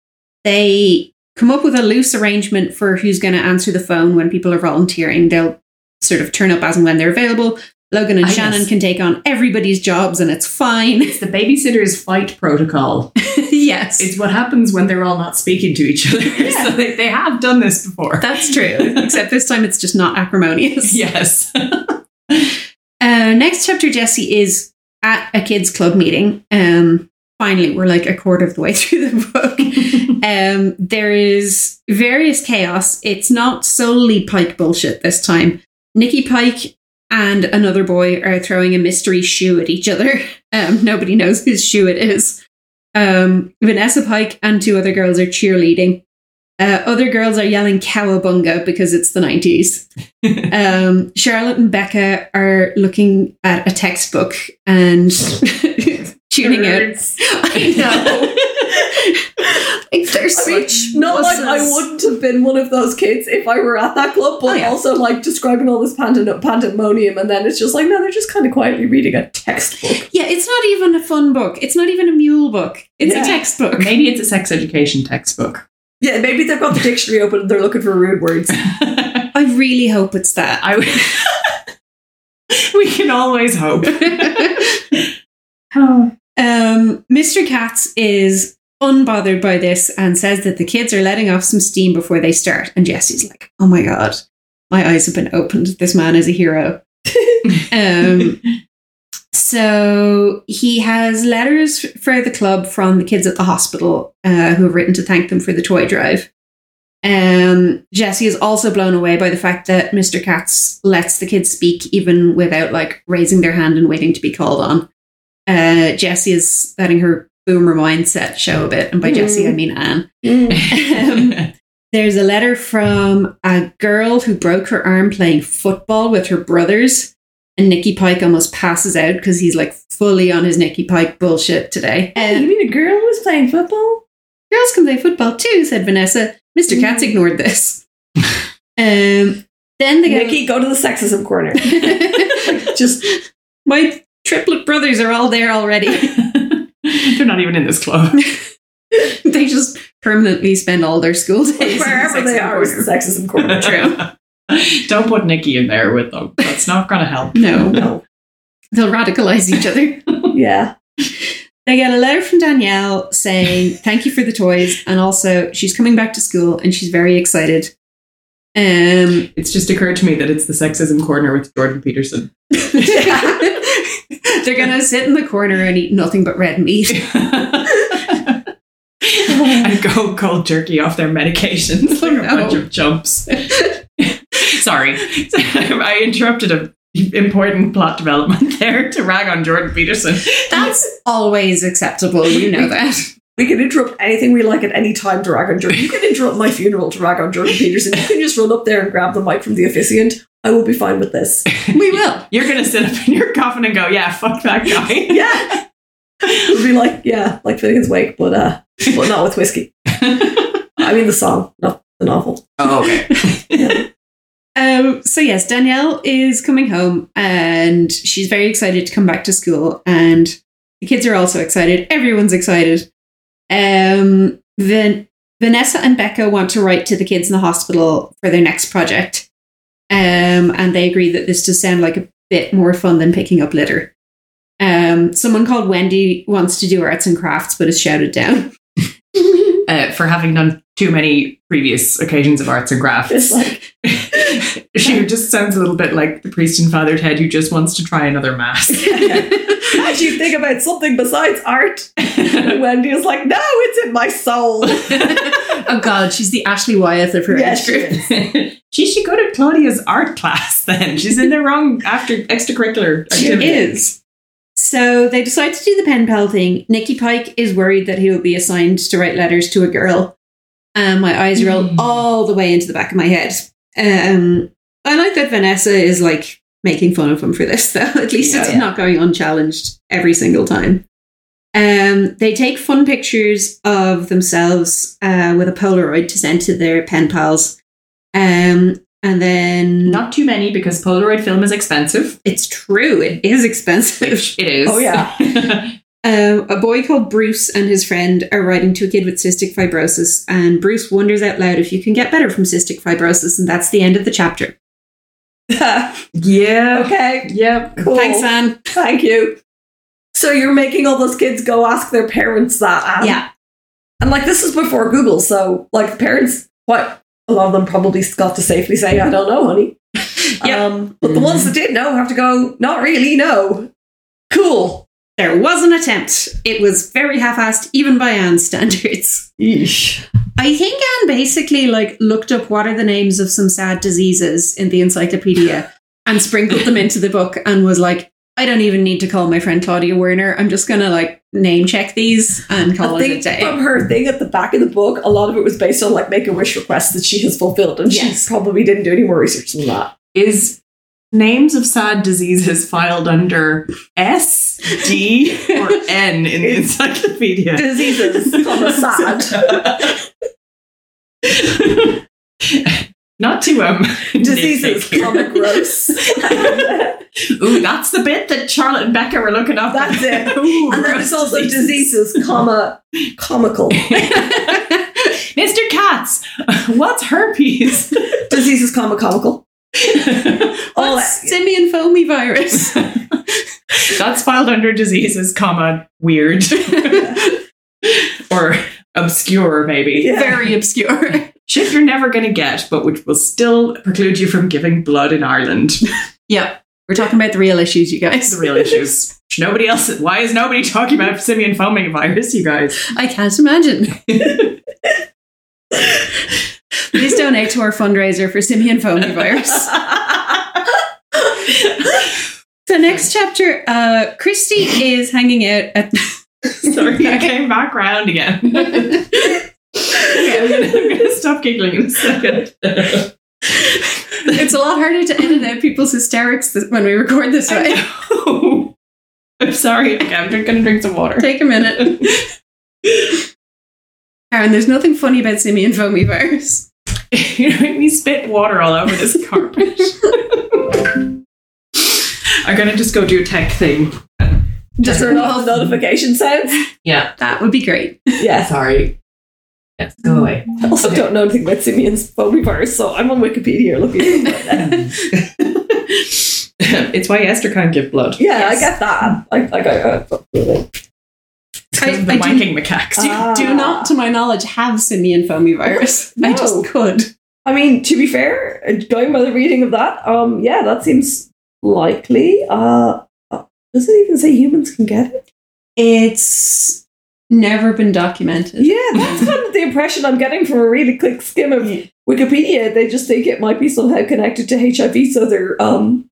Speaker 2: they come up with a loose arrangement for who's going to answer the phone when people are volunteering. They'll sort of turn up as and when they're available. Logan and
Speaker 3: Ah,
Speaker 2: Shannon
Speaker 3: yes.
Speaker 2: can take on everybody's jobs and it's fine.
Speaker 3: It's the babysitter's fight protocol.
Speaker 2: yes.
Speaker 3: It's what happens when they're all not speaking to each other. so they, they have done this before.
Speaker 2: That's true. Except this time it's just not acrimonious.
Speaker 3: yes.
Speaker 2: Uh, next chapter, Jesse is at a kids' club meeting. Um, finally, we're like a quarter of the way through the book. um, there is various chaos. It's not solely Pike bullshit this time. Nikki Pike and another boy are throwing a mystery shoe at each other. Um, nobody knows whose shoe it is. Um, Vanessa Pike and two other girls are cheerleading. Uh, other girls are yelling cowabunga because it's the 90s um, Charlotte and Becca are looking at a textbook and tuning out. I know. like they're such
Speaker 4: Not like I
Speaker 2: muscles.
Speaker 4: wouldn't have been one of those kids if I were at that club, but
Speaker 2: Oh, yeah.
Speaker 4: also like describing all this pandem- pandemonium, and then it's just like, no, they're just kind of quietly reading a textbook.
Speaker 2: Yeah, it's not even a fun book. It's not even a mule book. It's
Speaker 4: Yeah.
Speaker 2: a textbook.
Speaker 3: Maybe it's a sex education textbook.
Speaker 4: Yeah, maybe they've got the dictionary open and they're looking for rude words.
Speaker 3: I
Speaker 2: I really hope it's that.
Speaker 3: w- we can always hope.
Speaker 4: Oh.
Speaker 2: um, Mr. Katz is unbothered by this and says that the kids are letting off some steam before they start. And Jesse's like, oh my God, my eyes have been opened. This man is a hero. um, so he has letters f- for the club from the kids at the hospital uh, who have written to thank them for the toy drive. Um, Jesse is also blown away by the fact that Mr. Katz lets the kids speak even without like raising their hand and waiting to be called on. Uh, Jesse is letting her boomer mindset show a bit, and by Jessie Jesse I mean Anne. Um, there's a letter from a girl who broke her arm playing football with her brothers, and Nicky Pike almost passes out because he's like fully on his Nicky Pike bullshit today. Um,
Speaker 4: Hey, Oh, you mean a girl was playing football?
Speaker 2: Girls can play football too, said Vanessa. Mr. Katz ignored this. um, then the guy.
Speaker 4: Nikki, go to the sexism corner. just
Speaker 2: My triplet brothers are all there already.
Speaker 3: They're not even in this club.
Speaker 2: they just permanently spend all their school days.
Speaker 4: wherever they are is the sexism corner.
Speaker 2: True.
Speaker 3: Don't put Nikki in there with them. That's not going to help.
Speaker 2: No,
Speaker 4: No.
Speaker 2: they'll radicalize each other.
Speaker 4: Yeah.
Speaker 2: They get a letter from Danielle saying, Thank you for the toys. And also, she's coming back to school and she's very excited. Um,
Speaker 3: It's just occurred to me that it's the sexism corner with Jordan Peterson.
Speaker 2: they're going to sit in the corner and eat nothing but red meat.
Speaker 3: and go cold jerky off their medications like a
Speaker 2: No.
Speaker 3: bunch of chumps. Sorry, I interrupted an important plot development there to rag on Jordan Peterson.
Speaker 2: That's always acceptable. You know that.
Speaker 4: We can interrupt anything we like at any time to rag on Jordan. You can interrupt my funeral to rag on Jordan Peterson. You can just run up there and grab the mic from the officiant. I will be fine with this.
Speaker 2: We will.
Speaker 3: You're gonna sit up in your coffin and go, "Yeah, fuck that guy."
Speaker 4: Yeah. It'll be like, yeah, like Finnegan's Wake, but uh but not with whiskey. I mean the song, not the novel.
Speaker 3: Oh, okay.
Speaker 2: Um, so, yes, Danielle is coming home and she's very excited to come back to school. And the kids are also excited. Everyone's excited. Um, then Vanessa and Becca want to write to the kids in the hospital for their next project. Um, and they agree that this does sound like a bit more fun than picking up litter. Um, someone called Wendy wants to do arts and crafts, but is shouted down.
Speaker 3: Uh, for having done too many previous occasions of arts and
Speaker 4: It's
Speaker 3: crafts,
Speaker 4: like
Speaker 3: she just sounds a little bit like the priest in Father Ted who just wants to try another mass.
Speaker 4: as you think about something besides art, Wendy is like, no, it's in my soul.
Speaker 2: oh God, she's the Ashley Wyeth of her
Speaker 4: Yes,
Speaker 2: age group.
Speaker 4: she
Speaker 3: she should go to Claudia's art class then. She's in the wrong after extracurricular
Speaker 2: She
Speaker 3: activity.
Speaker 2: is. So they decide to do the pen pal thing. Nicky Pike is worried that he will be assigned to write letters to a girl. and my eyes roll
Speaker 3: Mm.
Speaker 2: all the way into the back of my head. Um, I like that Vanessa is like making fun of him for this, though. At least it's
Speaker 3: Yeah.
Speaker 2: not going unchallenged every single time. Um, they take fun pictures of themselves uh, with a Polaroid to send to their pen pals. Um, and then
Speaker 3: Not too many because Polaroid film is expensive.
Speaker 2: it's true, it is expensive.
Speaker 3: It is.
Speaker 4: Oh, yeah.
Speaker 2: Um, a boy called Bruce and his friend are writing to a kid with cystic fibrosis, and Bruce wonders out loud if you can get better from cystic fibrosis, and that's the end of the chapter.
Speaker 3: yeah.
Speaker 4: okay,
Speaker 3: Yep.
Speaker 4: cool.
Speaker 2: Thanks, Anne.
Speaker 4: Thank you. So you're making all those kids go ask their parents that. Anne?
Speaker 2: Yeah.
Speaker 4: And like this is before Google, so like the parents, what a lot of them probably got to safely say, I don't know, honey.
Speaker 2: Yep.
Speaker 4: Um, but the ones that did know have to go, not really, no. Cool.
Speaker 2: There was an attempt. It was very half-assed, even by Anne's standards. I think Anne basically like looked up what are the names of some sad diseases in the encyclopedia and sprinkled them into the book and was like, I don't even need to call my friend Claudia Werner. I'm just gonna like name check these and call
Speaker 4: I
Speaker 2: it a
Speaker 4: think
Speaker 2: day.
Speaker 4: from her thing at the back of the book, a lot of it was based on like make a wish requests that she has fulfilled, and
Speaker 2: Yes.
Speaker 4: she probably didn't do any more research than that.
Speaker 3: Is names of sad diseases filed under S, D, or N in the encyclopedia?
Speaker 4: Diseases, comma, sad.
Speaker 3: Not to um
Speaker 4: Diseases,
Speaker 3: nitpick here.
Speaker 4: comma, gross.
Speaker 3: Ooh, that's the bit that Charlotte and Becca were looking up.
Speaker 4: That's it.
Speaker 3: Ooh,
Speaker 4: and then
Speaker 3: gross
Speaker 4: it's also
Speaker 3: diseases.
Speaker 4: diseases, comma, comical.
Speaker 3: Mr. Katz, what's herpes?
Speaker 4: diseases, comma, comical. Oh, All that.
Speaker 2: What's simian foamy virus?
Speaker 3: That's filed under diseases, comma, weird. or obscure, maybe.
Speaker 4: Yeah.
Speaker 2: Very obscure.
Speaker 3: Shit you're never going to get, but which will still preclude you from giving blood in Ireland.
Speaker 2: We're talking about the real issues, you
Speaker 3: It's
Speaker 2: guys.
Speaker 3: the real issues. Nobody else. Why is nobody talking about simian foaming virus, you guys?
Speaker 2: I can't imagine. Please donate to our fundraiser for simian foamy virus. So next chapter, uh, Christy is hanging out at.
Speaker 3: Sorry, I came back round again. Okay, I'm gonna- I'm going to stop giggling in a second.
Speaker 2: it's a lot harder to edit out people's hysterics th- when we record this way.
Speaker 3: I'm sorry. Okay, I'm going to drink some water.
Speaker 2: Take a minute. Aaron, there's nothing funny about simian foamy virus.
Speaker 3: you make me spit water all over this carpet. I'm gonna just go do a tech thing.
Speaker 4: Just turn off notification sounds.
Speaker 3: Yeah.
Speaker 2: That would be great.
Speaker 4: Yes.
Speaker 3: Sorry. Yes, go away.
Speaker 4: Hmm. I also don't know anything about simians phobivirus, so I'm on Wikipedia looking. at it right now.
Speaker 3: it's why Esther can't give blood.
Speaker 4: yeah, I get that. I, I got uh, really.
Speaker 2: I-
Speaker 3: Because of the
Speaker 2: I do-
Speaker 3: wanking macaques.
Speaker 2: Do, do
Speaker 4: Um,
Speaker 2: not, to my knowledge, have simian foamy virus. I
Speaker 4: No.
Speaker 2: just could.
Speaker 4: I mean, to be fair, uh, going by the reading of that, um, yeah, that seems likely. Uh, uh, does it even say humans can get it?
Speaker 2: It's never been documented.
Speaker 4: Yeah, that's kind of the impression I'm getting from a really quick skim of Wikipedia. They just think it might be somehow connected to HIV, so they're um,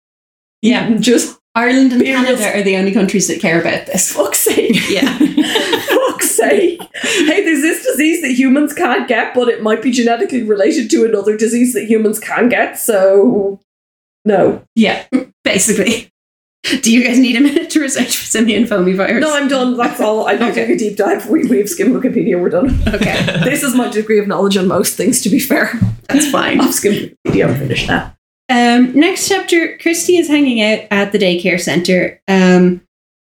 Speaker 2: Yeah.
Speaker 4: just
Speaker 2: Ireland and
Speaker 4: Being real-
Speaker 2: Canada are the only countries that care about this.
Speaker 4: fuck's sake.
Speaker 2: Yeah.
Speaker 4: fuck's sake. Hey, there's this disease that humans can't get, but it might be genetically related to another disease that humans can get, so no.
Speaker 2: Yeah, basically. Do you guys need a minute to research for simian foamy virus?
Speaker 4: No, I'm done. That's all. I'm not doing a deep dive. We, we've skimmed Wikipedia. We're done.
Speaker 2: okay,
Speaker 4: This is my degree of knowledge on most things, to be fair.
Speaker 2: that's fine.
Speaker 4: I've skimmed Wikipedia. I'm finished now.
Speaker 2: Um, next chapter, Christy is hanging out at the daycare center. Um,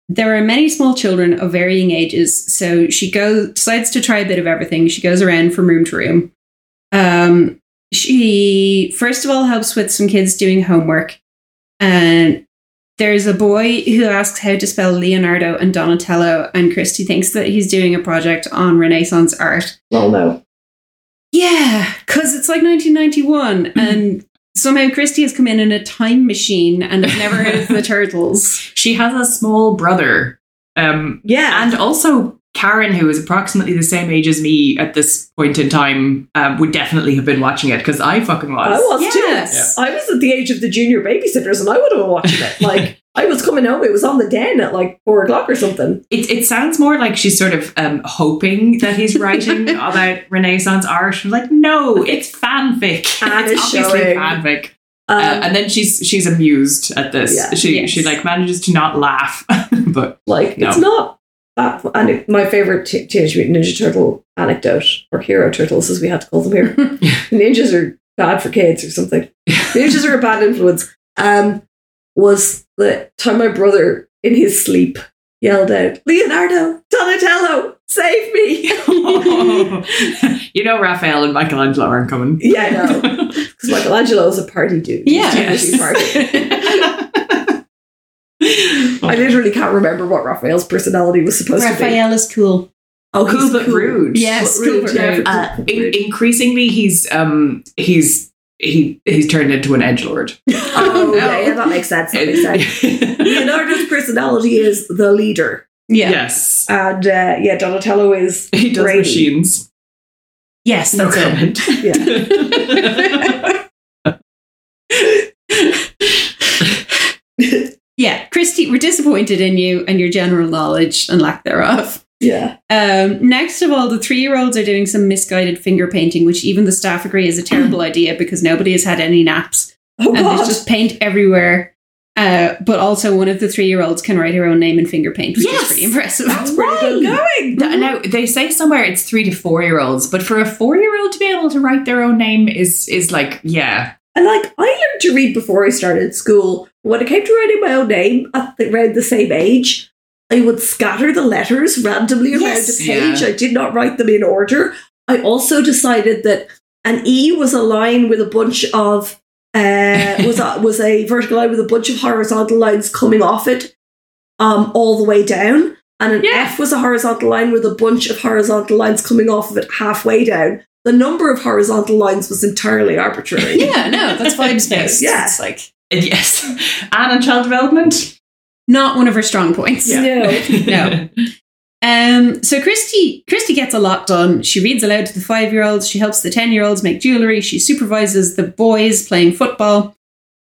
Speaker 2: there are many small children of varying ages, so she goes decides to try a bit of everything. She goes around from room to room. Um, she first of all helps with some kids doing homework, and there's a boy who asks how to spell Leonardo and Donatello, and Christy thinks that he's doing a project on Renaissance art.
Speaker 4: Well, no.
Speaker 2: Yeah, because it's like 1991, and somehow Christie has come in in a time machine, and I've never heard of the Turtles.
Speaker 3: She has a small brother. Um,
Speaker 4: Yeah.
Speaker 3: and also Karen, who is approximately the same age as me at this point in time, um, would definitely have been watching it because I fucking was.
Speaker 4: I was
Speaker 2: Yes.
Speaker 4: too. I was at the age of the junior babysitters and I would have been watching it. Like, I was coming home, it was on the den at like four o'clock or something.
Speaker 3: It, it sounds more like she's sort of um, hoping that he's writing about Renaissance art. I'm like, no, it's fanfic.
Speaker 4: And
Speaker 3: it's
Speaker 4: it's
Speaker 3: obviously
Speaker 4: showing.
Speaker 3: fanfic.
Speaker 4: Um,
Speaker 3: uh, and then she's she's amused at this.
Speaker 4: Yeah.
Speaker 3: she
Speaker 2: Yes.
Speaker 3: she like manages to not laugh, but
Speaker 4: like,
Speaker 3: No.
Speaker 4: it's not that. And it- my favorite t- Teenage Mutant Ninja Turtle anecdote, or hero turtles as we had to call them here. Ninjas are bad for kids or something. Ninjas are a bad influence. Um, was the time my brother in his sleep yelled out, Leonardo, Donatello, save me.
Speaker 3: you know, Raphael and Michelangelo aren't coming.
Speaker 4: Yeah, I know. Because Michelangelo is a party dude. He's
Speaker 2: Yeah.
Speaker 4: too busy partying. I literally can't remember what Raphael's personality was supposed to be.
Speaker 2: Raphael is cool.
Speaker 4: Oh,
Speaker 3: cool
Speaker 4: he's
Speaker 3: but rude.
Speaker 2: Yes,
Speaker 4: Rude,
Speaker 2: cool, but
Speaker 4: yeah.
Speaker 2: rude.
Speaker 4: Uh,
Speaker 3: In- increasingly, he's um he's he he's turned into an edge lord.
Speaker 4: oh,
Speaker 3: no.
Speaker 4: okay, yeah, that makes sense. That makes sense. Leonardo's personality is the leader,
Speaker 2: Yeah.
Speaker 3: Yes,
Speaker 4: and uh, yeah, Donatello is
Speaker 3: he does
Speaker 4: Brady.
Speaker 3: machines.
Speaker 2: Yes,
Speaker 3: No
Speaker 2: that's it.
Speaker 3: comment.
Speaker 4: yeah.
Speaker 2: Yeah, Christy, we're disappointed in you and your general knowledge and lack thereof.
Speaker 4: Yeah.
Speaker 2: Um, next of all, the three year olds are doing some misguided finger painting, which even the staff agree is a terrible idea because nobody has had any naps
Speaker 4: Oh
Speaker 2: and
Speaker 4: God.
Speaker 2: there's just paint everywhere. Uh, but also, one of the three year olds can write her own name in finger paint, which
Speaker 3: Yes!
Speaker 2: is pretty impressive.
Speaker 4: that's pretty good going.
Speaker 3: Th- Now they say somewhere it's three to four year olds, but for a four year old to be able to write their own name is is like yeah.
Speaker 4: And like, I learned to read before I started school. When it came to writing my own name at the, around the same age, I would scatter the letters randomly around
Speaker 2: Yes.
Speaker 4: the page.
Speaker 3: Yeah.
Speaker 4: I did not write them in order. I also decided that an E was a line with a bunch of uh, was a, was a vertical line with a bunch of horizontal lines coming off it, um, all the way down. And an
Speaker 3: Yeah.
Speaker 4: F was a horizontal line with a bunch of horizontal lines coming off of it halfway down. The number of horizontal lines was entirely arbitrary.
Speaker 2: Yeah, no, that's vibes based.
Speaker 4: Yeah.
Speaker 2: It's like
Speaker 3: And Yes, and in child development.
Speaker 2: not one of her strong points.
Speaker 4: No.
Speaker 2: No. Um, so Christy Christy gets a lot done. She reads aloud to the five year olds. She helps the ten year olds make jewelry. She supervises the boys playing football,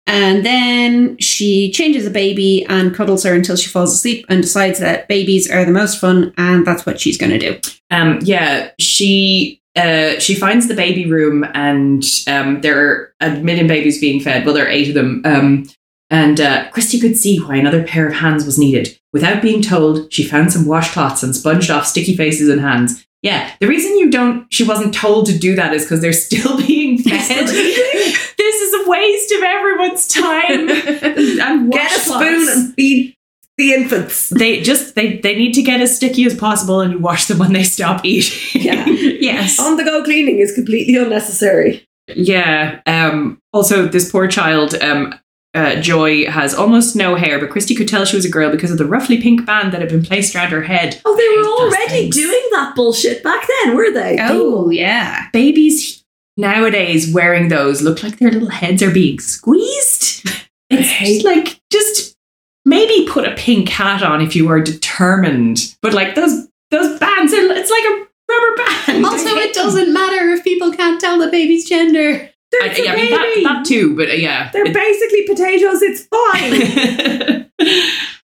Speaker 2: and then she changes a baby and cuddles her until she falls asleep and decides that babies are the most fun and that's what she's going to do.
Speaker 3: Um, yeah, she uh, she finds the baby room, and um, there are a million babies being fed. Well, there are eight of them. Um, and uh, Christy could see why another pair of hands was needed. Without being told, she found some washcloths and sponged off sticky faces and hands. Yeah, the reason you don't, she wasn't told to do that is because they're still being fed. this is a waste of everyone's time. and
Speaker 4: Get a spoon
Speaker 3: washcloths.
Speaker 4: and feed the infants.
Speaker 3: They just they they need to get as sticky as possible, and you wash them when they stop eating.
Speaker 4: Yeah. Oh.
Speaker 3: yes.
Speaker 4: On the go cleaning is completely unnecessary.
Speaker 3: Yeah. Um, also, this poor child, um, uh, Joy, has almost no hair, but Christy could tell she was a girl because of the roughly pink band that had been placed around her head.
Speaker 4: Oh, they
Speaker 3: Hate
Speaker 4: were
Speaker 3: those
Speaker 4: already
Speaker 3: things.
Speaker 4: doing that bullshit back then, were they?
Speaker 2: Oh yeah,
Speaker 3: Babies nowadays wearing those look like their little heads are being squeezed. It's just like just maybe put a pink hat on if you are determined. But like those those bands, are, it's like a rubber band.
Speaker 2: Also, it doesn't matter if people can't tell the baby's gender.
Speaker 4: They're,
Speaker 3: I,
Speaker 4: it's a
Speaker 3: yeah, I mean, that,
Speaker 4: baby.
Speaker 3: that too, but uh, yeah.
Speaker 4: They're basically potatoes. It's fine.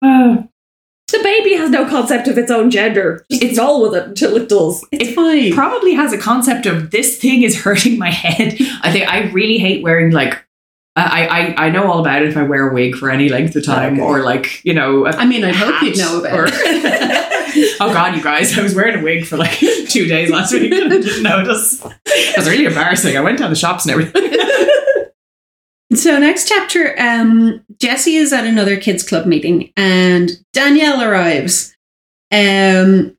Speaker 3: Uh,
Speaker 4: the baby has no concept of its own gender. Just it's all with it until it does.
Speaker 2: It's fine.
Speaker 3: probably has a concept of this thing is hurting my head. I think I really hate wearing like I I, I know all about it if I wear a wig for any length of time
Speaker 4: Okay.
Speaker 3: or like you know. A
Speaker 2: I mean, I hope
Speaker 3: hat
Speaker 2: you'd know about
Speaker 3: or-
Speaker 2: it.
Speaker 3: oh god, you guys! I was wearing a wig for like two days last week and I didn't notice. It was really embarrassing. I went down the shops and everything.
Speaker 2: So next chapter, um, Jesse is at another kids club meeting, and Danielle arrives. Um,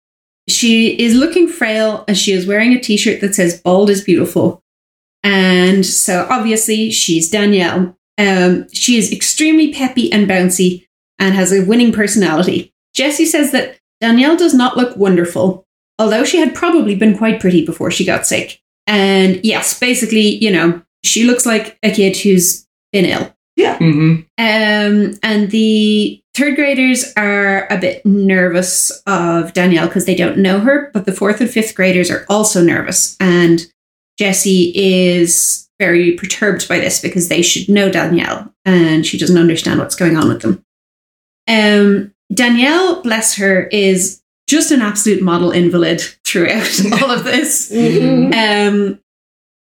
Speaker 2: she is looking frail, and she is wearing a T-shirt that says "Bald is beautiful," and so obviously she's Danielle. Um, she is extremely peppy and bouncy, and has a winning personality. Jesse says that Danielle does not look wonderful, although she had probably been quite pretty before she got sick. And yes, basically, you know, she looks like a kid who's been ill.
Speaker 3: Mhm.
Speaker 2: Um, and the Third graders are a bit nervous of Danielle because they don't know her, but the fourth and fifth graders are also nervous. And Jessie is very perturbed by this because they should know Danielle and she doesn't understand what's going on with them. Um, Danielle, bless her, is just an absolute model invalid throughout all of this.
Speaker 4: Mm-hmm.
Speaker 2: Um,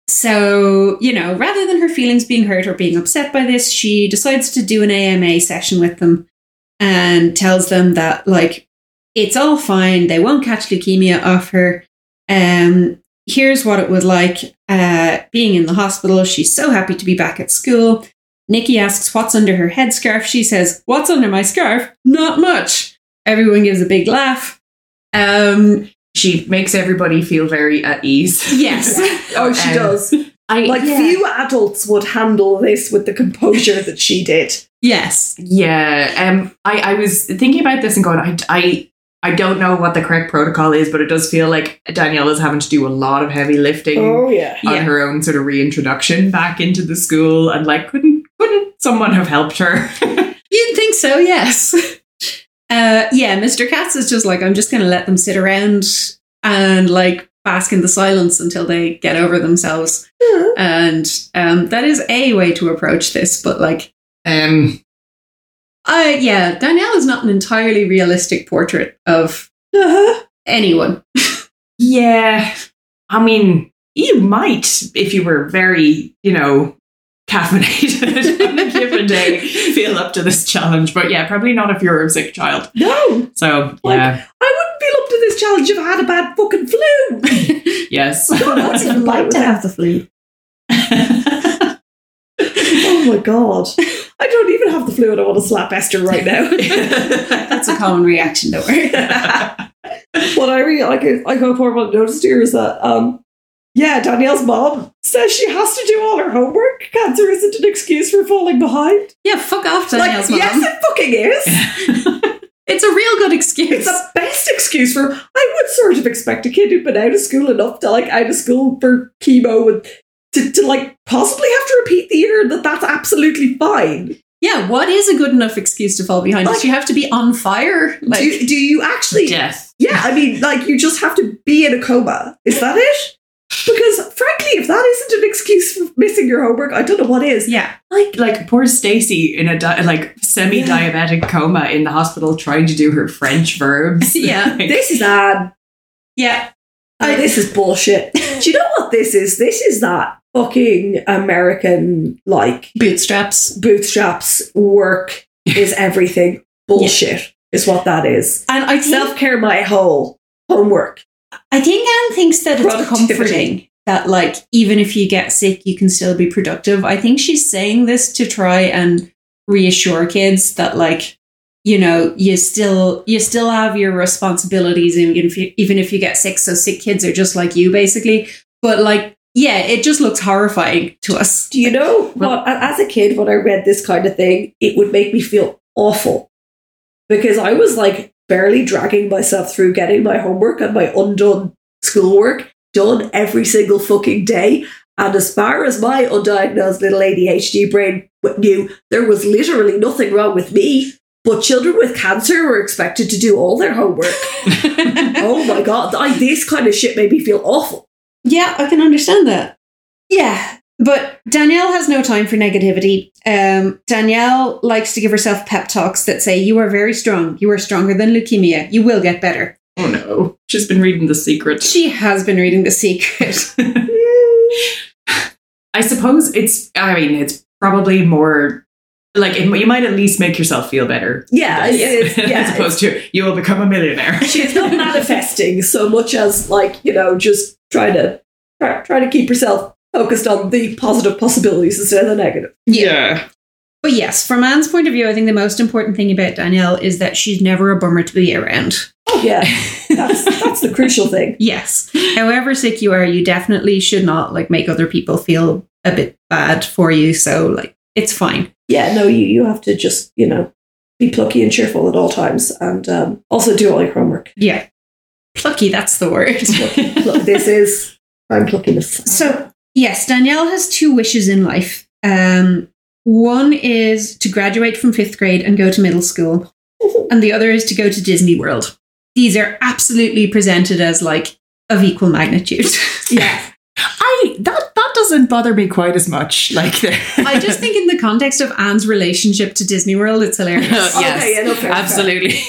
Speaker 2: so, you know, rather than her feelings being hurt or being upset by this, she decides to do an AMA session with them and tells them that, like, it's all fine. They won't catch leukemia off her. Um, here's what it was like uh, being in the hospital. She's so happy to be back at school. Nikki asks what's under her headscarf. She says, What's under my scarf? Not much. Everyone gives a big laugh. Um,
Speaker 3: She makes everybody feel very at ease.
Speaker 2: yes.
Speaker 4: Oh, she
Speaker 3: Um,
Speaker 4: does.
Speaker 3: I
Speaker 4: Like few adults would handle this with the composure that she did.
Speaker 2: Yes.
Speaker 3: Yeah, um, I, I was thinking about this and going, I, I, I don't know what the correct protocol is, but it does feel like Danielle is having to do a lot of heavy lifting
Speaker 4: Oh yeah.
Speaker 3: on
Speaker 2: yeah.
Speaker 3: her own sort of reintroduction back into the school, and like, couldn't couldn't someone have helped her?
Speaker 2: You'd think so, yes. Uh, yeah, Mr. Katz is just like, I'm just going to let them sit around and like bask in the silence until they get over themselves.
Speaker 4: Uh-huh.
Speaker 2: And um, that is a way to approach this, but like,
Speaker 3: um,
Speaker 2: uh, yeah, Danielle is not an entirely realistic portrait of
Speaker 4: Uh-huh.
Speaker 2: anyone.
Speaker 3: yeah, I mean, you might if you were very, you know, caffeinated on a given day, feel up to this challenge, but yeah, probably not if you're a sick child.
Speaker 4: No,
Speaker 3: So
Speaker 4: Like-
Speaker 3: yeah,
Speaker 4: I wouldn't feel up to this challenge if I had a bad fucking flu.
Speaker 3: yes.
Speaker 4: God, that's even like to have
Speaker 2: the flu.
Speaker 4: Oh my god. I don't even have the flu and I want to slap Esther right now.
Speaker 2: That's a common reaction, don't worry.
Speaker 4: what I really like is- I go for what I noticed here is that um yeah, Danielle's mom says she has to do all her homework. Cancer isn't an excuse for falling behind.
Speaker 2: Yeah, fuck off, Danielle's
Speaker 4: like, yes,
Speaker 2: mom.
Speaker 4: it fucking is.
Speaker 2: It's a real good excuse.
Speaker 4: It's the best excuse for. I would sort of expect a kid who'd been out of school enough to like out of school for chemo and to, to like possibly have to repeat the year. and That that's absolutely fine.
Speaker 2: yeah, what is a good enough excuse to fall behind?
Speaker 4: Like-
Speaker 2: Does she have to be on fire? Like,
Speaker 4: do, do you actually?
Speaker 3: Death.
Speaker 4: Yeah, I mean, like, you just have to be in a coma. Is that it? Because, frankly, if that isn't an excuse for missing your homework, I don't know what is.
Speaker 2: yeah.
Speaker 3: like like poor Stacy in a di- like semi-diabetic coma in the hospital trying to do her French verbs.
Speaker 2: Yeah.
Speaker 3: Like,
Speaker 4: This is ad.
Speaker 2: Yeah.
Speaker 4: Oh, this is bullshit. Do you know what this is? This is that fucking American, like,
Speaker 2: Bootstraps.
Speaker 4: bootstraps work is everything bullshit, is what that is.
Speaker 2: And I
Speaker 4: Self care, my whole homework.
Speaker 2: I think Anne thinks that it's
Speaker 4: Productivity.
Speaker 2: comforting that like even if you get sick, you can still be productive. I think she's saying this to try and reassure kids that like you know you still you still have your responsibilities even if you, even if you get sick. So sick kids are just like you basically. But like yeah, it just looks horrifying to us.
Speaker 4: Do you know
Speaker 3: Well-
Speaker 4: what? a- As a kid, when I read this kind of thing, it would make me feel awful because I was like barely dragging myself through getting my homework and my undone schoolwork done every single fucking day. And as far as my undiagnosed little ADHD brain w- knew, there was literally nothing wrong with me. But children with cancer were expected to do all their homework. oh my god, I, this kind of shit made me feel awful.
Speaker 2: Yeah, I can understand that. Yeah, but Danielle has no time for negativity. Um, Danielle likes to give herself pep talks that say, You are very strong. You are stronger than leukemia. You will get better.
Speaker 3: oh no, she's been reading The Secret.
Speaker 2: She has been reading The Secret.
Speaker 3: I suppose it's. I mean, it's probably more like it, you might at least make yourself feel better.
Speaker 4: Yeah, it's, yeah,
Speaker 3: as
Speaker 4: it's-
Speaker 3: opposed to you will become a millionaire.
Speaker 4: She's not manifesting so much as like you know just trying to try, try to keep herself focused on the positive possibilities instead of the negative.
Speaker 3: Yeah,
Speaker 2: but yes, from Anne's point of view, I think the most important thing about Danielle is that she's never a bummer to be around.
Speaker 4: Oh yeah, that's that's the crucial thing.
Speaker 2: Yes. However sick you are, you definitely should not like make other people feel a bit bad for you. So like it's fine.
Speaker 4: Yeah, no, you you have to just you know be plucky and cheerful at all times, and um, also do all your homework.
Speaker 2: Yeah. Plucky, that's the word.
Speaker 4: Look, this is I'm pluckiness.
Speaker 2: So, yes, Danielle has two wishes in life. Um, one is to graduate from fifth grade and go to middle school. and the other is to go to Disney World. These are absolutely presented as like of equal magnitude.
Speaker 3: Yeah. I that that doesn't bother me quite as much. Like the-
Speaker 2: I just think in the context of Anne's relationship to Disney World, it's
Speaker 4: Oh,
Speaker 2: hilarious.
Speaker 3: yes,
Speaker 6: Okay, yeah, no, fair, fair.
Speaker 3: absolutely.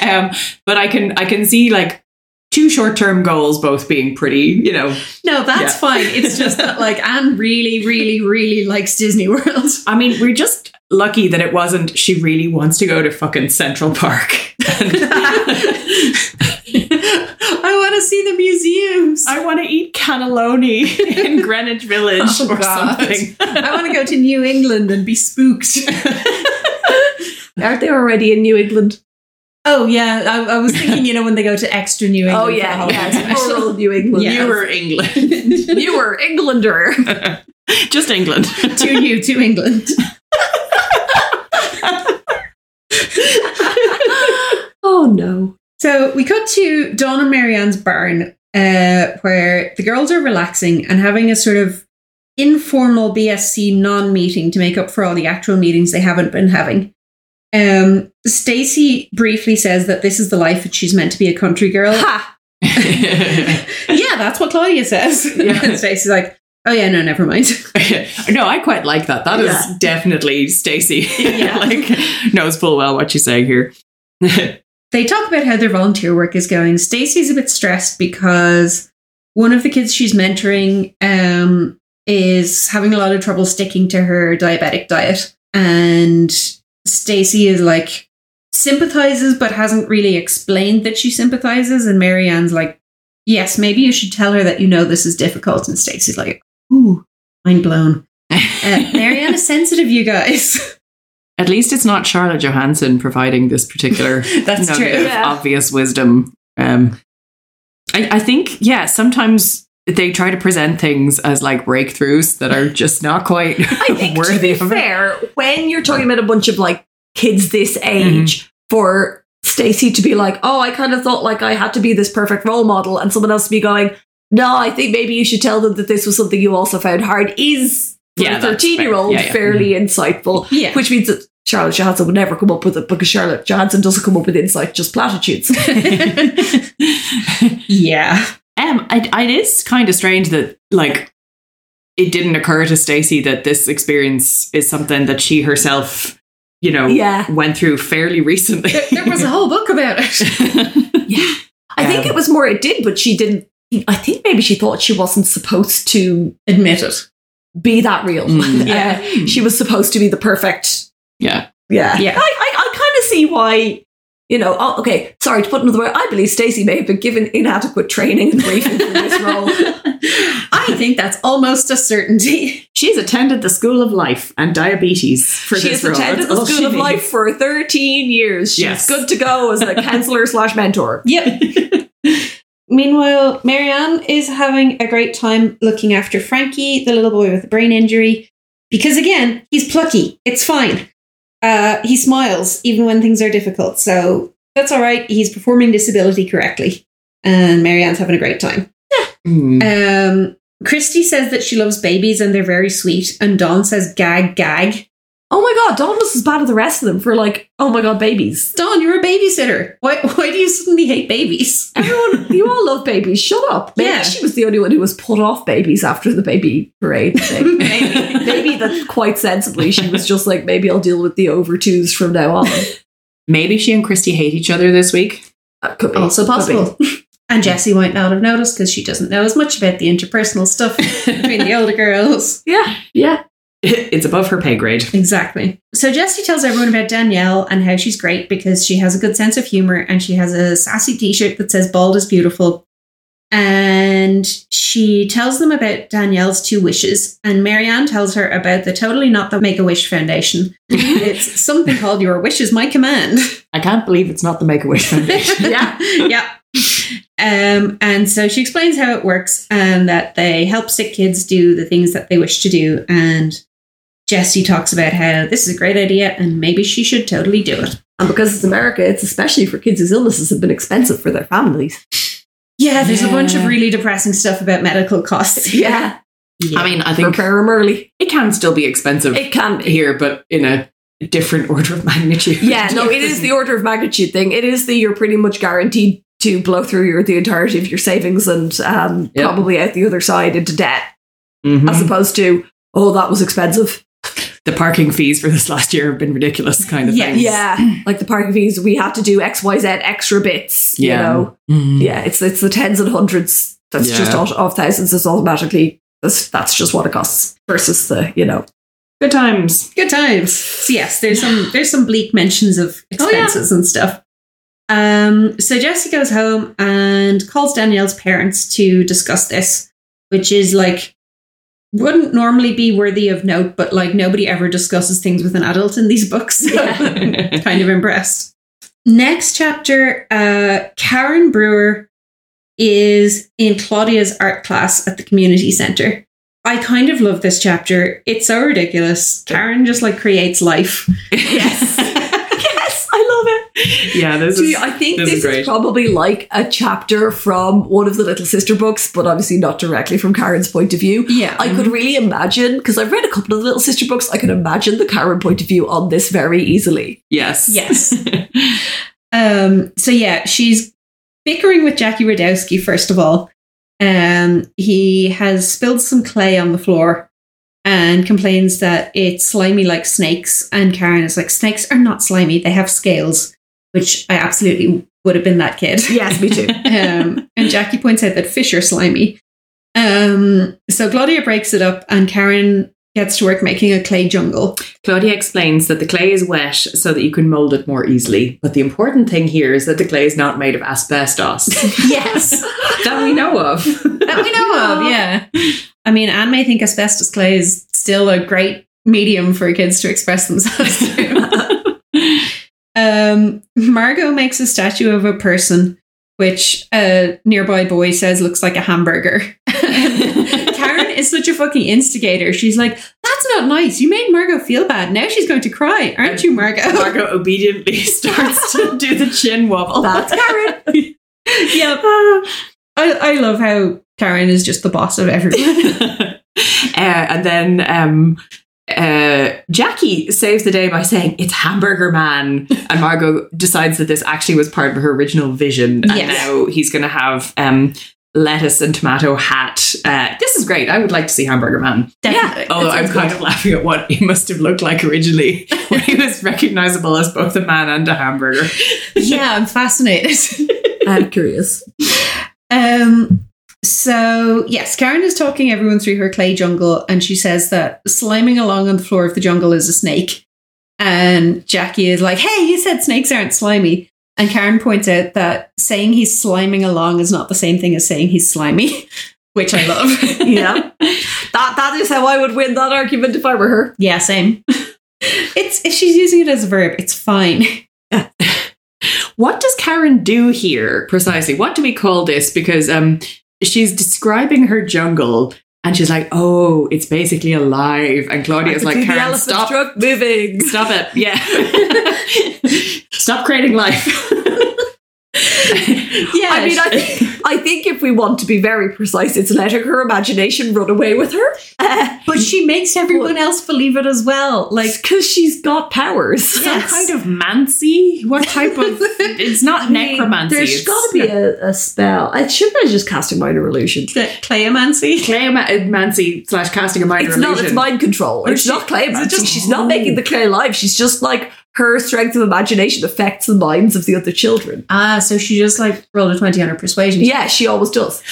Speaker 3: um, but I can I can see like two short term goals both being pretty. You know,
Speaker 2: No, that's
Speaker 3: Yeah.
Speaker 2: fine. It's just that like Anne really, really, really likes Disney World.
Speaker 3: I mean, we're just lucky that it wasn't. She really wants to go to fucking Central Park. And-
Speaker 2: I want to see the museums. I,
Speaker 3: I want to eat cannelloni in Greenwich Village
Speaker 2: Oh,
Speaker 3: or
Speaker 2: God.
Speaker 3: something.
Speaker 2: want to go to New England and be spooked.
Speaker 4: Aren't they already in New England?
Speaker 2: oh yeah, I, I was thinking, you know, when they go to extra New England.
Speaker 4: Oh yeah,
Speaker 2: for the
Speaker 4: yeah,
Speaker 2: holiday
Speaker 4: it's
Speaker 2: special.
Speaker 4: rural New England.
Speaker 2: Yeah.
Speaker 3: Newer England.
Speaker 4: Newer Englander.
Speaker 3: Just England.
Speaker 2: to you to England.
Speaker 4: Oh no.
Speaker 2: So we cut to Dawn and Marianne's barn, uh, where the girls are relaxing and having a sort of informal BSC non-meeting to make up for all the actual meetings they haven't been having. Um, Stacy briefly says that this is the life that she's meant to be a country girl.
Speaker 4: Ha.
Speaker 2: yeah, that's what Claudia says.
Speaker 3: Yeah.
Speaker 2: and Stacy's like, oh yeah, no, never mind.
Speaker 3: no, I quite like that. That is definitely Stacey.
Speaker 2: Yeah.
Speaker 3: like knows full well what she's saying here.
Speaker 2: they talk about how their volunteer work is going. Stacy's a bit stressed because one of the kids she's mentoring um, is having a lot of trouble sticking to her diabetic diet, and Stacy is like sympathizes but hasn't really explained that she sympathizes, and Marianne's like, "Yes, maybe you should tell her that you know this is difficult," and Stacy's like, "Ooh, mind blown." Uh, Marianne is sensitive, you guys.
Speaker 3: At least it's not Charlotte Johansson providing this particular
Speaker 2: That's
Speaker 3: nugget
Speaker 2: true.
Speaker 3: of obvious wisdom. Um, I, I think, yeah, sometimes they try to present things as like breakthroughs that are just not quite
Speaker 4: I think to
Speaker 3: worthy
Speaker 4: be
Speaker 3: of it.
Speaker 4: fair, when you're talking about a bunch of like kids this
Speaker 3: Mm-hmm.
Speaker 4: age, for Stacey to be like, "Oh, I kind of thought like I had to be this perfect role model," and someone else to be going, "No, I think maybe you should tell them that this was something you also found hard." Is for
Speaker 3: Yeah,
Speaker 4: a
Speaker 3: that's fair.
Speaker 4: thirteen-year-old
Speaker 3: Yeah, Mm-hmm. yeah.
Speaker 4: fairly insightful?
Speaker 2: Yeah.
Speaker 4: Which means that Charlotte Johansson would never come up with it because Charlotte Johansson doesn't come up with insight, just platitudes.
Speaker 2: yeah.
Speaker 3: Um, it, it is kind of strange that like it didn't occur to Stacey that this experience is something that she herself, you know,
Speaker 4: yeah.
Speaker 3: went through fairly recently.
Speaker 2: There, there was a whole book about it.
Speaker 4: I think
Speaker 3: Um,
Speaker 4: it was more it did, but she didn't. I think maybe she thought she wasn't supposed to
Speaker 2: Admit it.
Speaker 4: be that real.
Speaker 3: Mm.
Speaker 4: yeah. she was supposed to be the perfect.
Speaker 3: Yeah.
Speaker 4: Yeah.
Speaker 2: Yeah.
Speaker 4: I, I, I kind of see why, you know, oh, okay, sorry to put another way, I believe Stacey may have been given inadequate training and briefing for this role.
Speaker 2: I think that's almost a certainty.
Speaker 3: She's attended the School of Life and Diabetes for
Speaker 4: She
Speaker 3: this
Speaker 4: has
Speaker 3: role.
Speaker 4: attended
Speaker 3: That's
Speaker 4: the
Speaker 3: all she
Speaker 4: School of
Speaker 3: needs.
Speaker 4: Life for 13 years. She's
Speaker 3: Yes.
Speaker 4: good to go as a counselor slash mentor.
Speaker 2: Yep. Meanwhile, Marianne is having a great time looking after Frankie, the little boy with the brain injury, because again, he's plucky. It's fine. Uh, he smiles even when things are difficult, so that's all right. He's performing disability correctly, and Marianne's having a great time.
Speaker 3: Mm.
Speaker 2: Um, Christy says that she loves babies and they're very sweet, and Dawn says gag gag.
Speaker 4: Oh my God, Dawn was as bad as the rest of them for like, oh my God, babies.
Speaker 2: Dawn, you're a babysitter. Why? Why do you suddenly hate babies?
Speaker 4: Everyone, you all love babies. Shut up. Maybe
Speaker 2: Yeah.
Speaker 4: she was the only one who was put off babies after the baby parade thing.
Speaker 2: Maybe.
Speaker 4: maybe that's quite sensibly. She was just like, maybe I'll deal with the overtures from now on.
Speaker 3: Maybe she and Christy hate each other this week.
Speaker 4: That could be
Speaker 2: also
Speaker 4: Could
Speaker 2: possible. and Jessie might not have noticed because she doesn't know as much about the interpersonal stuff between the older girls.
Speaker 3: Yeah. It's above her pay grade.
Speaker 2: Exactly. So Jessie tells everyone about Danielle and how she's great because she has a good sense of humor and she has a sassy t-shirt that says bald is beautiful. And she tells them about Danielle's two wishes, and Marianne tells her about the Totally Not the Make a Wish Foundation. it's something called Your Wish is My Command.
Speaker 3: I can't believe it's not the Make a Wish Foundation.
Speaker 2: yeah, yeah. Um, and so she explains how it works and that they help sick kids do the things that they wish to do. And Jessie talks about how this is a great idea and maybe she should totally do it.
Speaker 4: be. And because it's America, it's especially for kids whose illnesses have been expensive for their families.
Speaker 2: Yeah, there's a bunch of
Speaker 3: Yeah.
Speaker 2: really depressing stuff about medical costs.
Speaker 4: Yeah,
Speaker 3: I mean, I think
Speaker 4: prepare them early.
Speaker 3: it can still be expensive
Speaker 4: It can be.
Speaker 3: here, but in a different order of magnitude.
Speaker 4: Yeah, no, it is the order of magnitude thing. It is the you're pretty much guaranteed to blow through your the entirety of your savings and um,
Speaker 3: Yeah.
Speaker 4: probably out the other side into debt,
Speaker 3: Mhm.
Speaker 4: as opposed to oh that was expensive.
Speaker 3: the parking fees for this last year have been ridiculous, kind of
Speaker 2: Yeah,
Speaker 3: thing.
Speaker 4: Yeah, like the parking fees, we had to do X Y Z extra bits.
Speaker 3: Yeah.
Speaker 4: You know,
Speaker 3: Mhm.
Speaker 4: yeah, it's it's the tens and hundreds. That's
Speaker 3: Yeah.
Speaker 4: just out of thousands. It's automatically that's that's just what it costs versus the you know
Speaker 3: Good times.
Speaker 2: Good times. So yes, there's some there's some bleak mentions of
Speaker 3: Oh, yeah.
Speaker 2: expenses and stuff. Um, so Jesse goes home and calls Danielle's parents to discuss this, which is like wouldn't normally be worthy of note, but like nobody ever discusses things with an adult in these books. So I'm kind of impressed. Next chapter, uh, Karen Brewer is in Claudia's art class at the community center. I kind of love this chapter. It's so ridiculous. Karen just like creates life.
Speaker 3: Yes.
Speaker 4: yes, I love it.
Speaker 3: yeah, this
Speaker 4: Gee,
Speaker 3: is.
Speaker 4: I think
Speaker 3: this
Speaker 4: this,
Speaker 3: is
Speaker 4: is,
Speaker 3: great.
Speaker 4: probably like a chapter from one of the Little Sister books, but obviously not directly from Karen's point of view.
Speaker 2: Yeah.
Speaker 4: I could really imagine, because I've read a couple of the Little Sister books, I can imagine the Karen point of view on this very easily.
Speaker 3: Yes.
Speaker 2: Yes. Um, so yeah, she's bickering with Jackie Radowski, first of all. Um, he has spilled some clay on the floor and complains that it's slimy like snakes. And Karen is like, snakes are not slimy, they have scales, which I absolutely would have been that kid.
Speaker 4: Yes, me too.
Speaker 2: um, and Jackie points out that fish are slimy. Um, so Claudia breaks it up, and Karen gets to work making a clay jungle.
Speaker 3: Claudia explains that the clay is wet so that you can mold it more easily. But the important thing here is that the clay is not made of asbestos
Speaker 2: Yes,
Speaker 3: that we know of.
Speaker 2: that we know of. Yeah, I mean, Anne may think asbestos clay is still a great medium for kids to express themselves. through. um, Margot makes a statue of a person, which a nearby boy says looks like a hamburger. Karen is such a fucking instigator. She's like, that's not nice. You made Margot feel bad. Now she's going to cry, aren't you, Margot?
Speaker 3: Margot obediently starts to do the chin wobble.
Speaker 4: That's Karen.
Speaker 2: yep. I, I love how Karen is just the boss of everyone.
Speaker 3: uh, and then um, uh, Jackie saves the day by saying it's Hamburger Man, and Margot decides that this actually was part of her original vision, and
Speaker 2: Yes.
Speaker 3: now he's going to have um, lettuce and tomato hat. Uh, this is great. I would like to see Hamburger Man.
Speaker 2: Definitely.
Speaker 3: Although I'm kind of laughing at what he must have looked like originally, when he was recognizable as both a man and a hamburger.
Speaker 2: yeah, I'm fascinated.
Speaker 4: I'm curious.
Speaker 2: Um, so yes, Karen is talking everyone through her clay jungle, and she says that sliming along on the floor of the jungle is a snake. And Jackie is like, "Hey, you said snakes aren't slimy." And Karen points out that saying he's sliming along is not the same thing as saying he's slimy, which I love.
Speaker 4: Yeah. that that is how I would win that argument if I were her.
Speaker 2: yeah, same. It's if she's using it as a verb, it's fine.
Speaker 3: what does Karen do here precisely? What do we call this? Because um, she's describing her jungle and she's like, oh, it's basically alive. And Claudia's like,
Speaker 4: The
Speaker 3: Karen,
Speaker 4: elephant
Speaker 3: stop.
Speaker 4: struck moving.
Speaker 3: Stop it. Yeah. stop creating life.
Speaker 2: Yeah,
Speaker 4: I mean, I think, I think if we want to be very precise, it's letting her imagination run away with her.
Speaker 2: but she makes everyone else believe it as well. Like
Speaker 4: Like, because she's got powers.
Speaker 3: Some kind of mancy? What type of. It's not necromancy.
Speaker 6: There's
Speaker 3: it's
Speaker 6: got to be a, a spell. I shouldn't I just casting minor illusion?
Speaker 2: clayomancy.
Speaker 3: Claymancy uh, slash casting a minor
Speaker 4: It's not, it's
Speaker 3: illusion.
Speaker 4: mind control. It's not clay magic. she's not making the clay alive. She's just like, her strength of imagination affects the minds of the other children.
Speaker 2: Ah, so she just like rolled a twenty on her persuasion.
Speaker 4: Yeah, she always does.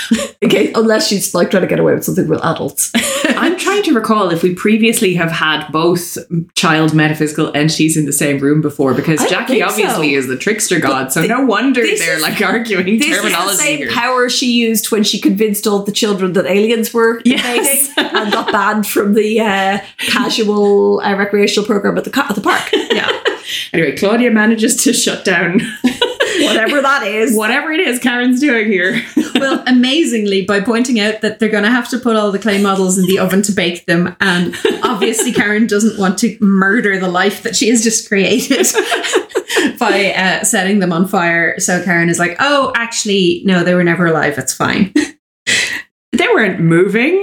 Speaker 4: okay, unless she's like trying to get away with something with adults.
Speaker 3: I'm trying to recall if we previously have had both child metaphysical entities in the same room before, because
Speaker 4: I don't
Speaker 3: Jackie
Speaker 4: think
Speaker 3: obviously
Speaker 4: so.
Speaker 3: is the trickster god, so
Speaker 4: thi-
Speaker 3: no wonder
Speaker 4: this
Speaker 3: they're
Speaker 4: is-
Speaker 3: like arguing
Speaker 4: This is the
Speaker 3: terminology
Speaker 4: same
Speaker 3: here.
Speaker 4: power she used when she convinced all the children that aliens were
Speaker 3: Yes.
Speaker 4: invading and got banned from the uh, casual uh, recreational program at the, co- at the park.
Speaker 3: Anyway, Claudia manages to shut down
Speaker 4: Whatever that is.
Speaker 3: whatever it is Karen's doing here.
Speaker 2: well, amazingly, by pointing out that they're going to have to put all the clay models in the oven to bake them, and obviously Karen doesn't want to murder the life that she has just created by uh, setting them on fire. So Karen is like, "Oh, actually, no, they were never alive. It's fine."
Speaker 3: They weren't moving.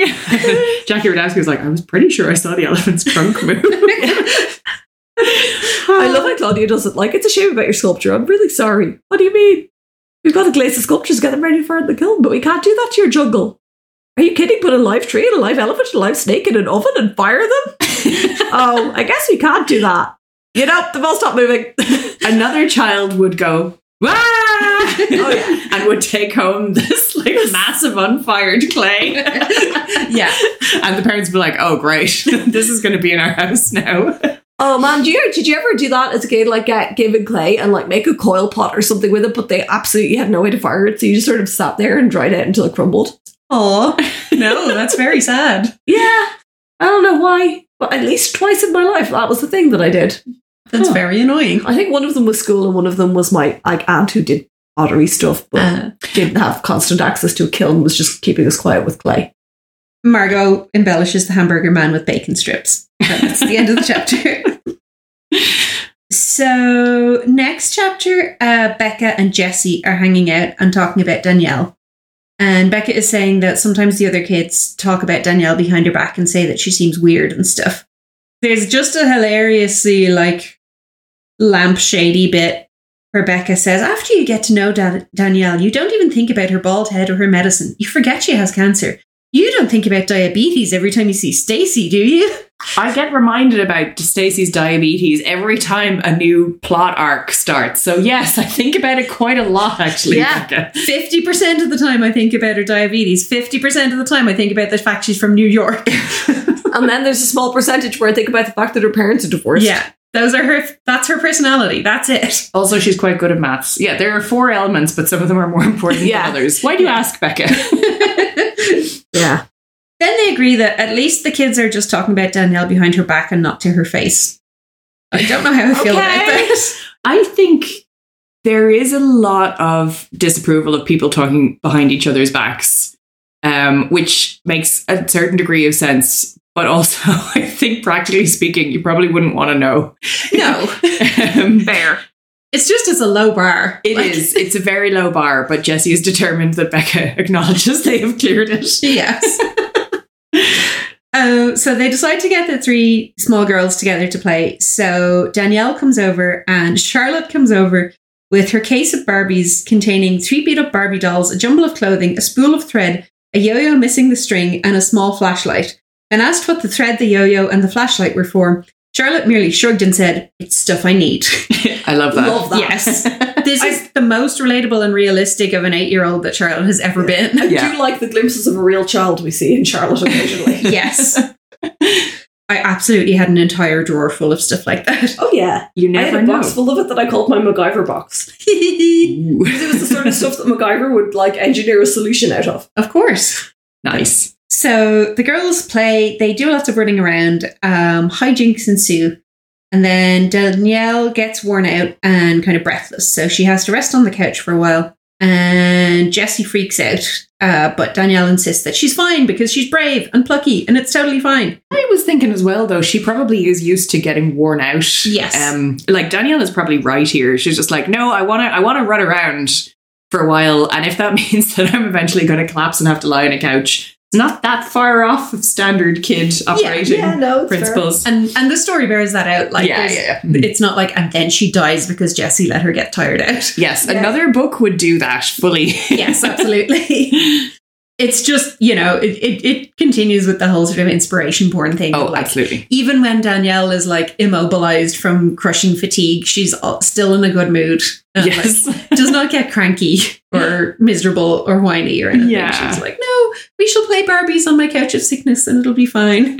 Speaker 3: Jackie Radowski was like, I was pretty sure I saw the elephant's trunk move.
Speaker 4: I love how Claudia doesn't like. It's a shame about your sculpture. I'm really sorry. What do you mean? We've got a glaze of sculptures, get them ready for the kiln, but we can't do that to your jungle. Are you kidding? Put a live tree and a live elephant and a live snake in an oven and fire them? oh, I guess we can't do that. You know, the ball stopped moving.
Speaker 3: Another child would go, Wah!
Speaker 2: Oh,
Speaker 3: and would take home this like massive unfired clay.
Speaker 2: Yeah.
Speaker 3: And the parents would be like, oh, great. this is going to be in our house now.
Speaker 4: Oh man, do you, did you ever do that as a kid? Like get given clay and like make a coil pot or something with it, but they absolutely had no way to fire it, so you just sort of sat there and dried it until it crumbled.
Speaker 2: Oh no, that's very sad.
Speaker 4: Yeah, I don't know why, but at least twice in my life that was the thing that I did.
Speaker 2: That's
Speaker 4: Huh.
Speaker 2: very annoying.
Speaker 4: I think one of them was school and one of them was my like aunt who did pottery stuff, but
Speaker 2: Uh,
Speaker 4: didn't have constant access to a kiln, was just keeping us quiet with clay.
Speaker 2: Margot embellishes the hamburger man with bacon strips. That's the end of the chapter. So next chapter, uh, Becca and Jesse are hanging out and talking about Danielle. And Becca is saying that sometimes the other kids talk about Danielle behind her back and say that she seems weird and stuff. There's just a hilariously like lampshady bit where Becca says, after you get to know Dan- Danielle, you don't even think about her bald head or her medicine. You forget she has cancer. You don't think about diabetes every time you see Stacy, do you?
Speaker 3: I get reminded about Stacey's diabetes every time a new plot arc starts. So, yes, I think about it quite a lot, actually.
Speaker 7: Yeah.
Speaker 3: Becca.
Speaker 2: 50% of the time I think about her diabetes. 50% of the time I think about the fact she's from New York.
Speaker 4: and then there's a small percentage where I think about the fact that her parents are divorced.
Speaker 2: yeah. Those are her that's her personality. That's it.
Speaker 3: Also, she's quite good at maths. Yeah, there are four elements, but some of them are more important
Speaker 4: Yeah.
Speaker 3: than others. Why do you ask, Becca?
Speaker 4: yeah.
Speaker 2: Then they agree that at least the kids are just talking about Danielle behind her back and not to her face. I don't know how I feel about
Speaker 3: Okay.
Speaker 2: that.
Speaker 3: I think there is a lot of disapproval of people talking behind each other's backs, um, which makes a certain degree of sense. But also, I think practically speaking, you probably wouldn't want to know.
Speaker 2: No.
Speaker 3: Um,
Speaker 8: Fair.
Speaker 2: It's just as a low bar.
Speaker 3: it is. It's a very low bar, but Jesse is determined that Becca acknowledges they have cleared it.
Speaker 2: Yes. Uh, so they decide to get the three small girls together to play. So Danielle comes over and Charlotte comes over with her case of Barbies containing three beat up Barbie dolls, a jumble of clothing, a spool of thread, a yo yo missing the string, and a small flashlight. When asked what the thread, the yo yo, and the flashlight were for, Charlotte merely shrugged and said, It's stuff I need.
Speaker 3: I love that.
Speaker 4: Love that.
Speaker 2: yes. This is the most relatable and realistic of an eight year old that Charlotte has ever been.
Speaker 4: I
Speaker 3: Yeah.
Speaker 4: do like the glimpses of a real child we see in Charlotte occasionally.
Speaker 2: yes. I absolutely had an entire drawer full of stuff like that.
Speaker 4: oh yeah.
Speaker 3: you
Speaker 4: I had
Speaker 3: never
Speaker 4: a
Speaker 3: know.
Speaker 4: box full of it that I called my MacGyver box.
Speaker 3: Ooh.
Speaker 4: Because it was the sort of stuff that MacGyver would like engineer a solution out of.
Speaker 2: Of course.
Speaker 3: Nice.
Speaker 2: So the girls play, they do lots of running around, um, hijinks ensue. And then Danielle gets worn out and kind of breathless. So she has to rest on the couch for a while. And Jessie freaks out. Uh, but Danielle insists that she's fine because she's brave and plucky and it's totally fine.
Speaker 3: I was thinking as well, though, she probably is used to getting worn out.
Speaker 2: Yes.
Speaker 3: Um, like Danielle is probably right here. She's just like, no, I want to, I want to run around for a while, and if that means that I'm eventually going to collapse and have to lie on a couch, it's not that far off of standard kid operating
Speaker 4: no,
Speaker 3: principles.
Speaker 2: And and the story bears that out. Like
Speaker 3: yeah,
Speaker 2: there's-
Speaker 3: yeah, Mm. yeah.
Speaker 2: it's not like and then she dies because Jessie let her get tired out.
Speaker 3: Yes,
Speaker 4: Yeah.
Speaker 3: another book would do that fully.
Speaker 2: yes, absolutely. It's just, you know, it, it, it continues with the whole sort of inspiration porn thing.
Speaker 3: oh,
Speaker 2: like,
Speaker 3: absolutely.
Speaker 2: even when Danielle is like immobilized from crushing fatigue, she's all, still in a good mood. And, uh, like,
Speaker 3: Yes.
Speaker 2: does not get cranky or miserable or whiny or anything.
Speaker 3: Yeah.
Speaker 2: She's like, no, we shall play Barbies on my couch of sickness and it'll be fine.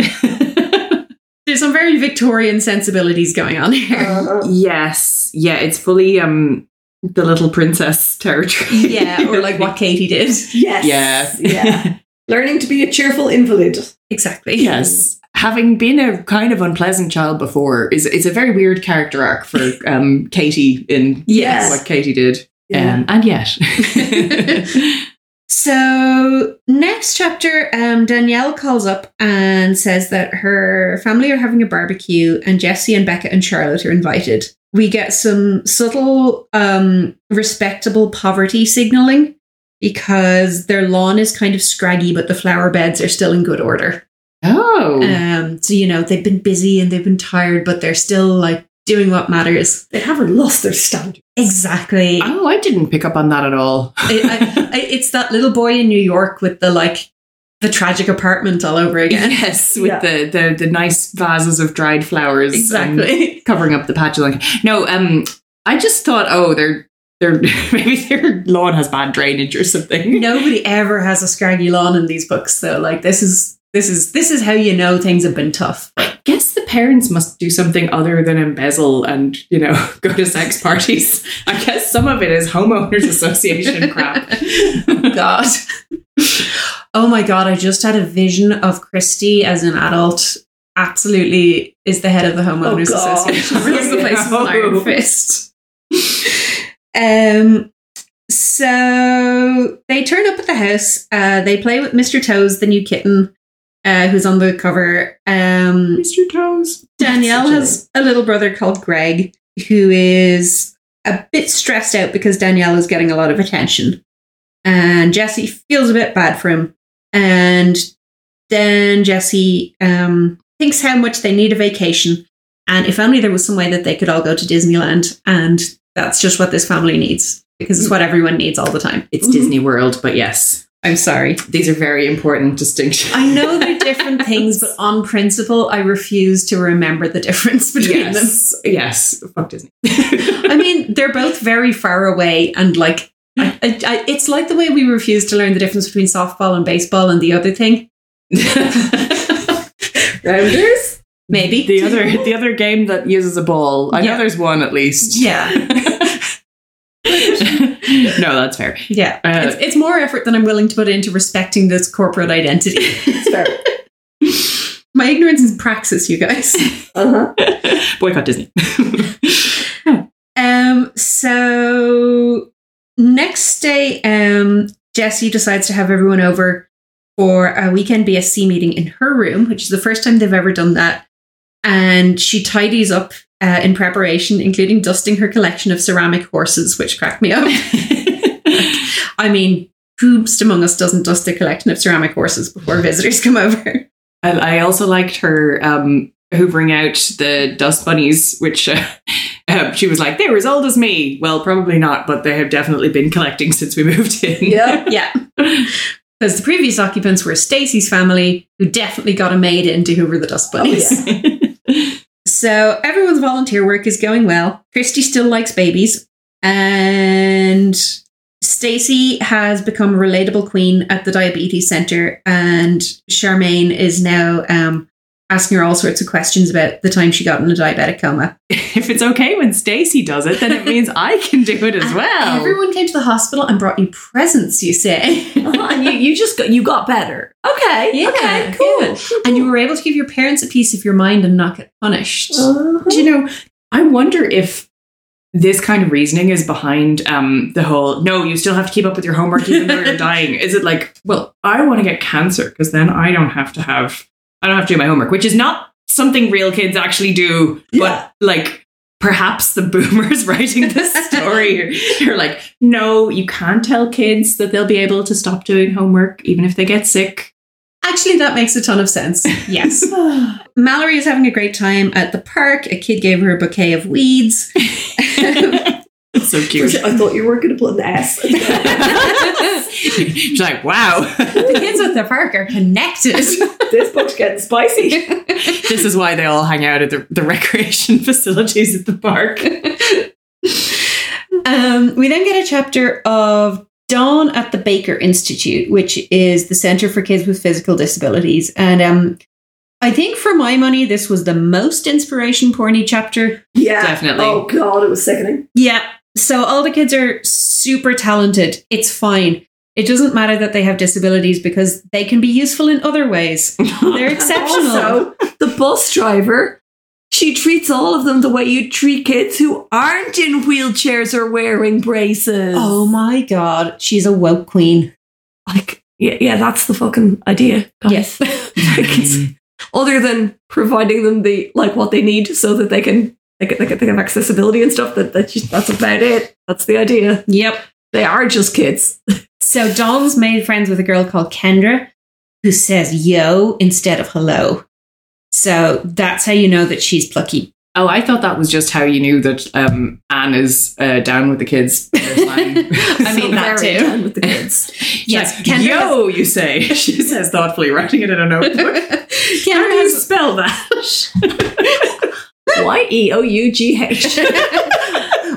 Speaker 2: There's some very Victorian sensibilities going on here.
Speaker 4: Uh-huh.
Speaker 3: yes. Yeah, it's fully um the little princess territory.
Speaker 2: yeah, or like what Katie did.
Speaker 4: yes.
Speaker 3: Yeah.
Speaker 4: yeah. Learning to be a cheerful invalid.
Speaker 2: Exactly.
Speaker 3: Yes. Having been a kind of unpleasant child before is it's a very weird character arc for um, Katie in
Speaker 4: Yes.
Speaker 3: what Katie did. Um, and yet.
Speaker 2: So next chapter, um, Danielle calls up and says that her family are having a barbecue, and Jesse and Becca and Charlotte are invited. We get some subtle, um, respectable poverty signaling because their lawn is kind of scraggy, but the flower beds are still in good order.
Speaker 3: oh.
Speaker 2: Uh, Um, so you know they've been busy and they've been tired, but they're still like doing what matters.
Speaker 6: They haven't lost their standard.
Speaker 2: Exactly.
Speaker 3: Oh, I didn't pick up on that at all.
Speaker 2: I, I, I, it's that little boy in New York with the like the tragic apartment all over again.
Speaker 3: Yes, with
Speaker 6: Yeah.
Speaker 3: the, the the nice vases of dried flowers, and
Speaker 2: Exactly.
Speaker 3: covering up the patches. on- No, um, I just thought, oh, they're they're maybe their lawn has bad drainage or something.
Speaker 2: Nobody ever has a scraggy lawn in these books, so like this is this is this is how you know things have been tough.
Speaker 3: guess the parents must do something other than embezzle and you know go to sex parties. I guess some of it is homeowners association crap.
Speaker 2: God. oh my god, I just had a vision of Christy as an adult. Absolutely is the head of the homeowners
Speaker 6: Oh, God.
Speaker 2: association. Runs the place with an
Speaker 3: No.
Speaker 2: iron fist. Um so they turn up at the house. Uh, they play with Mr. Toes, the new kitten, uh, who's on the cover. Um,
Speaker 3: Mr. Toes.
Speaker 2: Danielle has a little brother called Greg who is a bit stressed out because Danielle is getting a lot of attention. And Jesse feels a bit bad for him. And then Jesse um, thinks how much they need a vacation. And if only there was some way that they could all go to Disneyland. And that's just what this family needs because it's what everyone needs all the time.
Speaker 3: It's Disney World, but yes,
Speaker 2: I'm sorry.
Speaker 3: these are very important distinctions.
Speaker 2: I know they're different things, but on principle, I refuse to remember the difference between them.
Speaker 3: yes, yes. Fuck Disney.
Speaker 2: I mean, they're both very far away, and like, I, I, I, it's like the way we refuse to learn the difference between softball and baseball and the other thing.
Speaker 6: Rounders?
Speaker 2: Maybe
Speaker 3: the other the other game that uses a ball. I
Speaker 2: Yeah.
Speaker 3: know there's one at least.
Speaker 2: Yeah,
Speaker 3: no, that's fair.
Speaker 2: yeah.
Speaker 3: Uh,
Speaker 2: it's, it's more effort than I'm willing to put into respecting this corporate identity.
Speaker 6: It's fair.
Speaker 2: My ignorance is praxis, you guys.
Speaker 6: Uh-huh.
Speaker 3: Boycott Disney.
Speaker 2: Um, so next day, um, Jesse decides to have everyone over for a weekend BSC meeting in her room, which is the first time they've ever done that. And she tidies up uh, in preparation, including dusting her collection of ceramic horses, which cracked me up. I mean, who's among us doesn't dust their collection of ceramic horses before visitors come over?
Speaker 3: And I also liked her um, hoovering out the dust bunnies, which uh, um, she was like, they're as old as me. Well, probably not, but they have definitely been collecting since we moved in.
Speaker 6: Yeah.
Speaker 2: yeah. Because the previous occupants were Stacy's family, who definitely got a maid in to hoover the dust bunnies. So everyone's volunteer work is going well. Christy still likes babies, and Stacy has become relatable queen at the diabetes center, and Charmaine is now um, asking her all sorts of questions about the time she got in a diabetic coma.
Speaker 3: if it's okay when Stacy does it, then it means I can do it as
Speaker 2: And
Speaker 3: well.
Speaker 2: Everyone came to the hospital and brought you presents. You say.
Speaker 4: Uh-huh, and you, you just got you got better. Okay.
Speaker 2: Yeah,
Speaker 4: okay, cool.
Speaker 2: yeah. And you were able to give your parents a piece of your mind and not get punished.
Speaker 4: Uh-huh.
Speaker 3: Do you know, I wonder if this kind of reasoning is behind um, the whole no, you still have to keep up with your homework even though you're dying. Is it like, well, I want to get cancer because then I don't have to have, I don't have to do my homework, which is not something real kids actually do,
Speaker 6: Yeah.
Speaker 3: but like perhaps the boomers writing this story are like, no, you can't tell kids that they'll be able to stop doing homework even if they get sick.
Speaker 2: Actually, that makes a ton of sense. Yes. Mallory is having a great time at the park. A kid gave her a bouquet of weeds.
Speaker 3: It's so cute.
Speaker 6: I thought you were going to put an S.
Speaker 3: She's like, wow,
Speaker 2: The kids at the park are connected.
Speaker 6: this book's getting spicy.
Speaker 3: this is why they all hang out at the, the recreation facilities at the park.
Speaker 2: Um, we then get a chapter of Dawn at the Baker Institute, which is the Center for Kids with Physical Disabilities. And um, I think for my money, this was the most inspiration porny chapter
Speaker 6: Yeah.
Speaker 3: Definitely.
Speaker 6: Oh, God, it was sickening.
Speaker 2: Yeah. So all the kids are super talented. It's fine. It doesn't matter that they have disabilities because they can be useful in other ways. They're exceptional.
Speaker 4: Also, the bus driver, she treats all of them the way you treat kids who aren't in wheelchairs or wearing braces.
Speaker 2: oh my god, she's a woke queen.
Speaker 4: like yeah, yeah, that's the fucking idea, guys.
Speaker 2: Yes.
Speaker 4: Like, it's- other than providing them the like what they need so that they can they can, they can, they can have accessibility and stuff. That, that just, that's about it. That's the idea.
Speaker 2: Yep.
Speaker 4: They are just kids.
Speaker 2: So Dawn's made friends with a girl called Kendra who says yo instead of hello. So that's how you know that she's plucky.
Speaker 3: Oh, I thought that was just how you knew that um, Anne is uh, down with the kids.
Speaker 2: I
Speaker 3: I
Speaker 2: mean, that
Speaker 4: Very
Speaker 2: too.
Speaker 4: done with the kids.
Speaker 2: Yes,
Speaker 3: Yes.
Speaker 2: Kendra has-
Speaker 3: Yo, you say. She says thoughtfully, writing it in a notebook. How
Speaker 2: Kendra
Speaker 3: do you
Speaker 2: has
Speaker 3: spell that?
Speaker 4: Y E O U G H.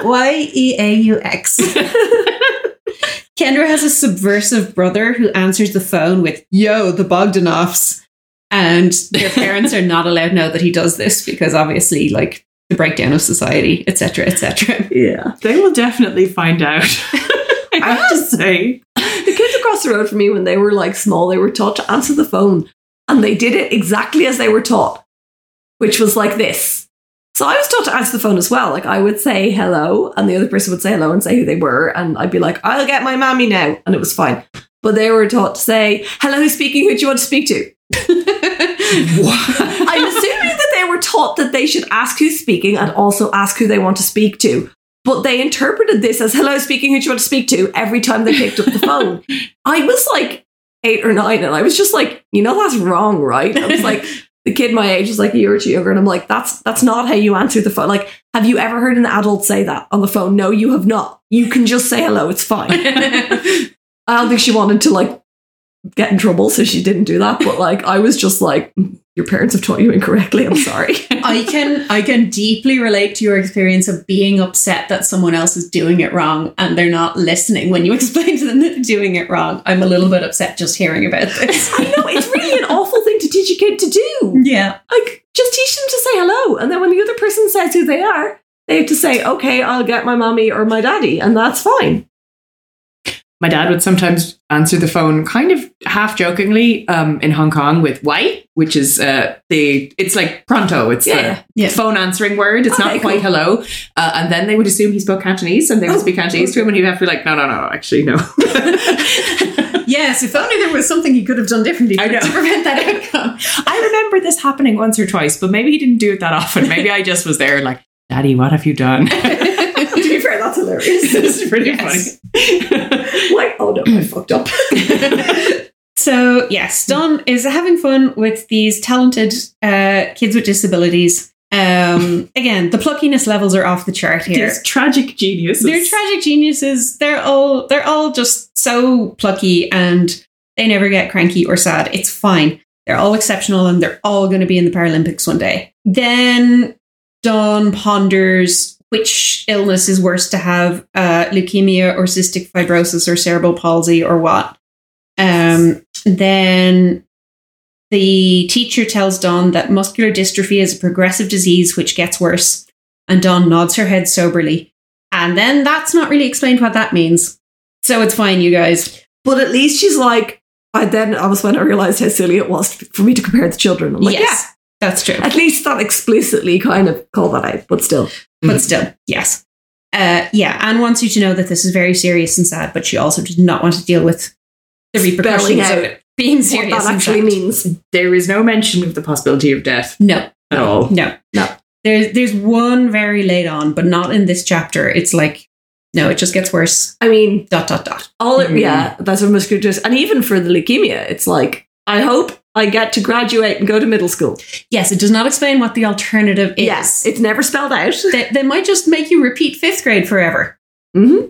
Speaker 2: Y E A U X. Kendra has a subversive brother who answers the phone with "Yo, the Bogdanovs," and their parents are not allowed to know that he does this because obviously, like the breakdown of society, etc., etc.
Speaker 6: Yeah.
Speaker 3: they will definitely find out. I have to say.
Speaker 4: The kids across the road from me, when they were like small, they were taught to answer the phone, and they did it exactly as they were taught, which was like this. So I was taught to answer the phone as well. Like I would say hello, and the other person would say hello and say who they were, and I'd be like, "I'll get my mammy now," and it was fine. But they were taught to say, "Hello, who's speaking? Who do you want to speak to?"
Speaker 3: What?
Speaker 4: I'm assuming that they were taught that they should ask who's speaking and also ask who they want to speak to. But they interpreted this as hello speaking, who do you want to speak to every time they picked up the phone. I was like eight or nine and I was just like, you know, that's wrong, right? I was like, the kid my age is like a year or two younger, and I'm like, that's that's not how you answer the phone. Like, have you ever heard an adult say that on the phone? No, you have not. You can just say hello, it's fine. I don't think she wanted to like get in trouble, so she didn't do that. But like, I was just like, "Mm, your parents have taught you incorrectly. I'm sorry.
Speaker 2: I can I can deeply relate to your experience of being upset that someone else is doing it wrong and they're not listening when you explain to them that they're doing it wrong. I'm a little bit upset just hearing about this.
Speaker 4: I know it's really an awful thing to teach a kid to do.
Speaker 2: yeah.
Speaker 4: Like, just teach them to say hello, and then when the other person says who they are, they have to say, "Okay, I'll get my mommy or my daddy," and that's fine.
Speaker 3: My dad would sometimes answer the phone kind of half jokingly um, in Hong Kong with why, which is uh, the, it's like pronto. It's
Speaker 4: Yeah,
Speaker 3: the
Speaker 2: yeah.
Speaker 3: phone answering word. It's
Speaker 4: Okay,
Speaker 3: not quite hello. Uh, and then they would assume he spoke Cantonese and they would speak Cantonese to him and he'd have to be like, no, no, no, actually, no.
Speaker 2: Yes, if only there was something he could have done differently
Speaker 3: I know.
Speaker 2: to prevent that outcome.
Speaker 3: I remember this happening once or twice, but maybe he didn't do it that often. Maybe I just was there like, Daddy, what have you done?
Speaker 6: To be fair, that's hilarious.
Speaker 3: this is pretty funny.
Speaker 6: like, oh no, I fucked up.
Speaker 2: So yes, Don is having fun with these talented uh, kids with disabilities. Um, again, the pluckiness levels are off the chart here.
Speaker 3: These tragic geniuses.
Speaker 2: They're tragic geniuses. They're all they're all just so plucky and they never get cranky or sad. It's fine. They're all exceptional and they're all going to be in the Paralympics one day. Then Dawn ponders which illness is worse to have uh, leukemia or cystic fibrosis or cerebral palsy or what. Um, then the teacher tells Dawn that muscular dystrophy is a progressive disease which gets worse. And Dawn nods her head soberly. And then that's not really explained what that means. So it's fine, you guys.
Speaker 4: But at least she's like. I then I was when I realized how silly it was for me to compare the children. I'm like,
Speaker 2: yes, that's true.
Speaker 4: yeah, at least that explicitly kind of call that out, but still.
Speaker 2: But still, yes. Uh, yeah, Anne wants you to know that this is very serious and sad, but she also does not want to deal with the
Speaker 4: Spelling
Speaker 2: repercussions
Speaker 4: out
Speaker 2: of it being
Speaker 4: What
Speaker 2: serious.
Speaker 4: that
Speaker 2: and
Speaker 4: actually
Speaker 2: sad.
Speaker 4: means.
Speaker 3: There is no mention of the possibility of death
Speaker 2: No,
Speaker 3: at all.
Speaker 2: no,
Speaker 4: No.
Speaker 2: There's there's one very late on, but not in this chapter. It's like no, it just gets worse.
Speaker 4: I mean,
Speaker 2: Dot dot dot.
Speaker 4: All it,
Speaker 3: Mm.
Speaker 4: yeah, that's what muscular dystrophy. And even for the leukemia, it's like I hope I get to graduate and go to middle school.
Speaker 2: Yes, it does not explain what the alternative is.
Speaker 4: Yes, it's never spelled out.
Speaker 2: They, they might just make you repeat fifth grade forever.
Speaker 4: Mm-hmm.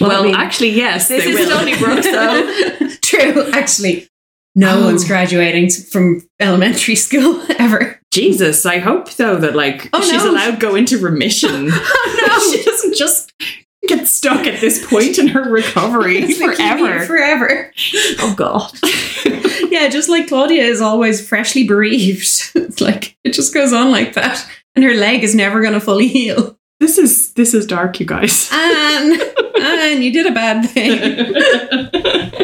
Speaker 3: Well,
Speaker 4: I mean,
Speaker 3: actually, yes.
Speaker 4: this
Speaker 3: they
Speaker 4: is
Speaker 3: will.
Speaker 4: Stony Brook, so
Speaker 2: True, actually. No
Speaker 3: Oh.
Speaker 2: one's graduating from elementary school ever.
Speaker 3: Jesus, I hope though that like
Speaker 2: Oh,
Speaker 3: she's
Speaker 2: no.
Speaker 3: allowed to go into remission.
Speaker 4: Oh,
Speaker 3: she doesn't just get stuck at this point in her recovery
Speaker 2: It's leukemia
Speaker 3: forever.
Speaker 2: Forever.
Speaker 4: oh god,
Speaker 2: Yeah, just like Claudia is always freshly bereaved. It's like it just goes on like that. And her leg is never gonna fully heal.
Speaker 3: This is this is dark, you guys.
Speaker 2: Anne, Anne, you did a bad thing.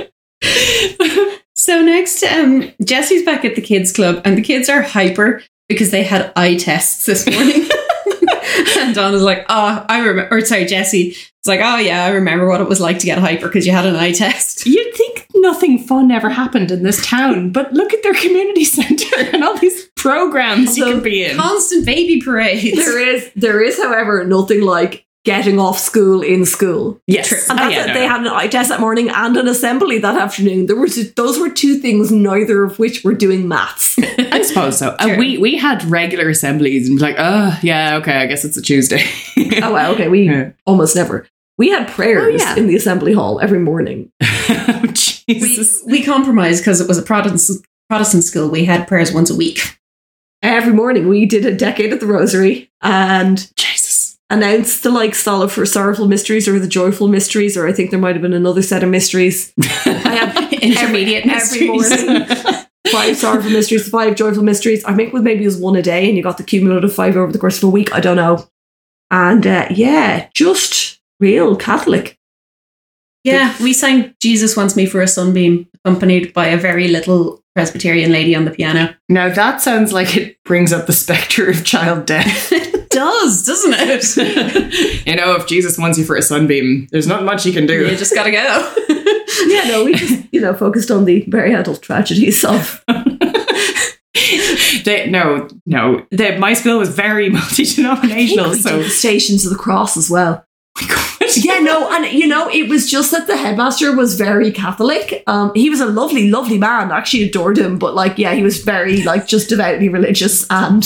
Speaker 2: So next, um, Jesse's back at the kids' club, and the kids are hyper because they had eye tests this morning. and Don is like, "Oh, I remember." Or sorry, Jesse is like, "Oh yeah, I remember what it was like to get hyper because you had an eye test."
Speaker 3: You'd think nothing fun ever happened in this town, but look at their community center and all these programs you can be in.
Speaker 2: Constant baby parades.
Speaker 4: there is there is, however, nothing like getting off school in school.
Speaker 3: Yes.
Speaker 4: And
Speaker 3: Oh,
Speaker 4: that's
Speaker 3: yeah,
Speaker 4: it.
Speaker 3: no,
Speaker 4: they
Speaker 3: no.
Speaker 4: had an eye test that morning and an assembly that afternoon. There was those were two things, neither of which were doing maths.
Speaker 3: I suppose so. Uh,
Speaker 2: Sure.
Speaker 3: we we had regular assemblies and be like, oh yeah, okay, I guess it's a Tuesday.
Speaker 4: oh wow, okay, we
Speaker 3: Yeah.
Speaker 4: almost never. We had prayers
Speaker 3: yeah.
Speaker 4: in the assembly hall every morning.
Speaker 3: oh
Speaker 2: We,
Speaker 3: Jesus.
Speaker 2: we compromised because it was a Protestant, Protestant school. We had prayers once a week.
Speaker 4: Every morning we did a decade of the rosary and
Speaker 3: Jesus.
Speaker 4: announced the like sorrow for sorrowful mysteries or the joyful mysteries, or I think there might have been another set of mysteries. I had
Speaker 2: Intermediate
Speaker 4: every morning. five sorrowful mysteries, five joyful mysteries. I think with maybe it was one a day, and you got the cumulative five over the course of a week. I don't know. And uh, yeah, just real Catholic.
Speaker 2: Yeah, we sang Jesus Wants Me for a Sunbeam, accompanied by a very little Presbyterian lady on the piano.
Speaker 3: Now that sounds like it brings up the specter of child death.
Speaker 2: It does, doesn't it?
Speaker 3: you know, if Jesus wants you for a sunbeam, there's not much he can do.
Speaker 2: you just gotta go.
Speaker 4: Yeah, no, we just you know focused on the very adult tragedies of.
Speaker 3: they, no, no. They, my school was very multi-denominational,
Speaker 4: We
Speaker 3: so
Speaker 4: did Stations of the Cross as well.
Speaker 3: yeah.
Speaker 4: Yeah, no, and you know, it was just that the headmaster was very Catholic. Um, he was a lovely, lovely man. I actually adored him, but like, yeah, he was very like just devoutly religious and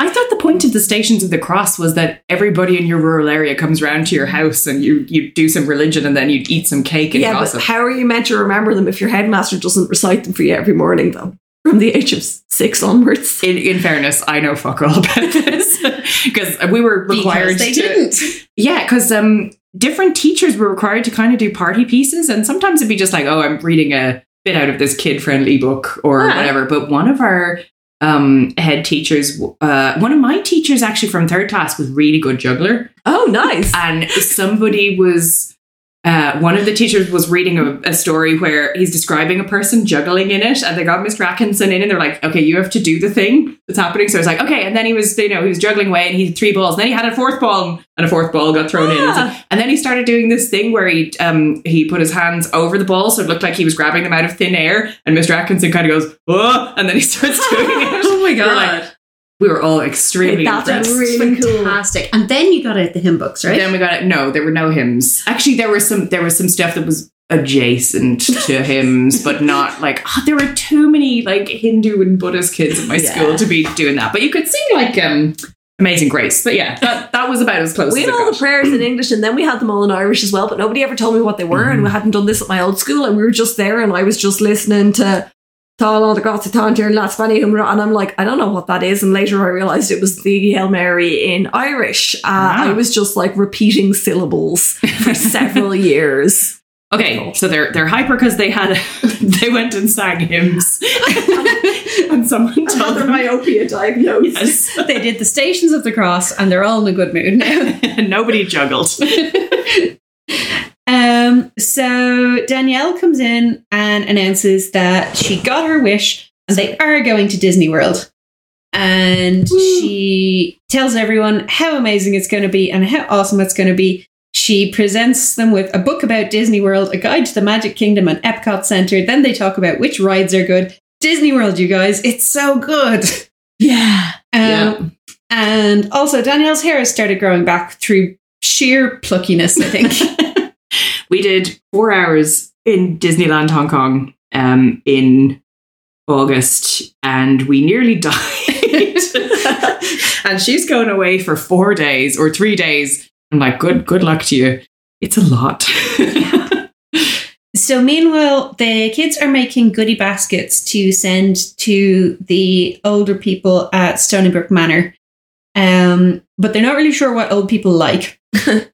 Speaker 3: I thought the point of the Stations of the Cross was that everybody in your rural area comes round to your house and you you do some religion and then you eat some cake and
Speaker 4: yeah,
Speaker 3: gossip.
Speaker 4: but how are you meant to remember them if your headmaster doesn't recite them for you every morning, though? From the age of six onwards.
Speaker 3: in, in fairness, I know fuck all about this because we were required
Speaker 2: Because they
Speaker 3: to.
Speaker 2: didn't.
Speaker 3: Yeah, because um, different teachers were required to kind of do party pieces, and sometimes it'd be just like, oh, I'm reading a bit out of this kid friendly book or
Speaker 4: Ah.
Speaker 3: whatever. But one of our um, head teachers, uh, one of my teachers actually from third class was really good juggler,
Speaker 4: Oh, nice.
Speaker 3: and somebody was. Uh, one of the teachers was reading a, a story where he's describing a person juggling in it, and they got Mr. Atkinson in, and they're like, "Okay, you have to do the thing that's happening." So it's like, "Okay," and then he was, you know, he was juggling away, and he had three balls, and then he had a fourth ball, and a fourth ball got thrown in. It's like-
Speaker 2: Ah.
Speaker 3: and then he started doing this thing where he um he put his hands over the ball, so it looked like he was grabbing them out of thin air. And Mr. Atkinson kind of goes, "Oh," and then he starts doing it.
Speaker 2: oh my
Speaker 3: We're like, We were all extremely
Speaker 4: That's
Speaker 3: impressed.
Speaker 4: really cool.
Speaker 2: fantastic. And then you got out the hymn books, right?
Speaker 3: Then we got it. No, there were no hymns. Actually, there were some. There was some stuff that was adjacent to hymns, but not like. Oh, there were too many like Hindu and Buddhist kids at my
Speaker 4: Yeah.
Speaker 3: school to be doing that. But you could sing like um, Amazing Grace. But yeah, that, that was about as close.
Speaker 4: We
Speaker 3: as
Speaker 4: had
Speaker 3: it
Speaker 4: all the
Speaker 3: got.
Speaker 4: prayers in English and then we had them all in Irish as well, but nobody ever told me what they were. And we hadn't done this at my old school, and we were just there, and I was just listening to Tall the Goths, Tantir, Latsvani, and I'm like, I don't know what that is. And later I realized it was the Hail Mary in Irish. Uh,
Speaker 3: Ah.
Speaker 4: I was just like repeating syllables for several years.
Speaker 3: Okay, so they're they're hyper because they had they went and sang hymns, and someone told them
Speaker 4: myopia diagnosed.
Speaker 3: yes,
Speaker 2: they did the Stations of the Cross, and they're all in a good mood now.
Speaker 3: and nobody juggled.
Speaker 2: Um, so Danielle comes in and announces that she got her wish and they are going to Disney World. And she tells everyone how amazing it's going to be and how awesome it's going to be. She presents them with a book about Disney World, a guide to the Magic Kingdom and Epcot Center. Then they talk about which rides are good. Disney World, you guys, it's so good.
Speaker 4: Yeah.
Speaker 2: Um,
Speaker 3: Yeah.
Speaker 2: And also, Danielle's hair has started growing back through sheer pluckiness, I think.
Speaker 3: we did four hours in Disneyland Hong Kong um, in August, and we nearly died. and she's going away for four days or three days. I'm like, good good luck to you. It's a lot.
Speaker 2: So, meanwhile, the kids are making goodie baskets to send to the older people at Stony Brook Manor. Um, but they're not really sure what old people like.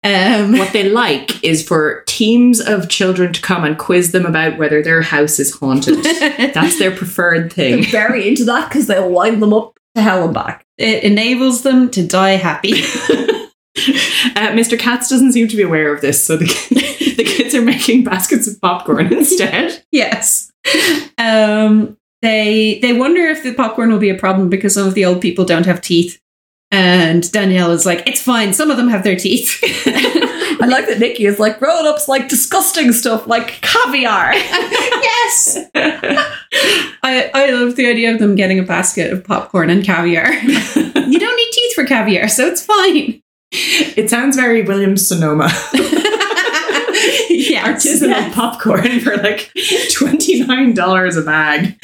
Speaker 2: um,
Speaker 3: what they like is for teams of children to come and quiz them about whether their house is haunted. Oh That's their preferred
Speaker 4: They're
Speaker 3: thing.
Speaker 4: very into that because they'll wind them up to hell and back.
Speaker 2: it enables them to die happy.
Speaker 3: Uh, Mr. Katz doesn't seem to be aware of this, so the, ki- the kids are making baskets of popcorn instead.
Speaker 2: yes. Um, they they wonder if the popcorn will be a problem because some of the old people don't have teeth. And Danielle is like, it's fine. Some of them have their teeth.
Speaker 4: I like that Nikki is like grown ups like disgusting stuff like caviar.
Speaker 2: yes. I, I love the idea of them getting a basket of popcorn and caviar. you don't need teeth for caviar, so it's fine.
Speaker 3: It sounds very Williams Sonoma.
Speaker 2: Yes.
Speaker 3: Artisanal popcorn for like $29 a bag.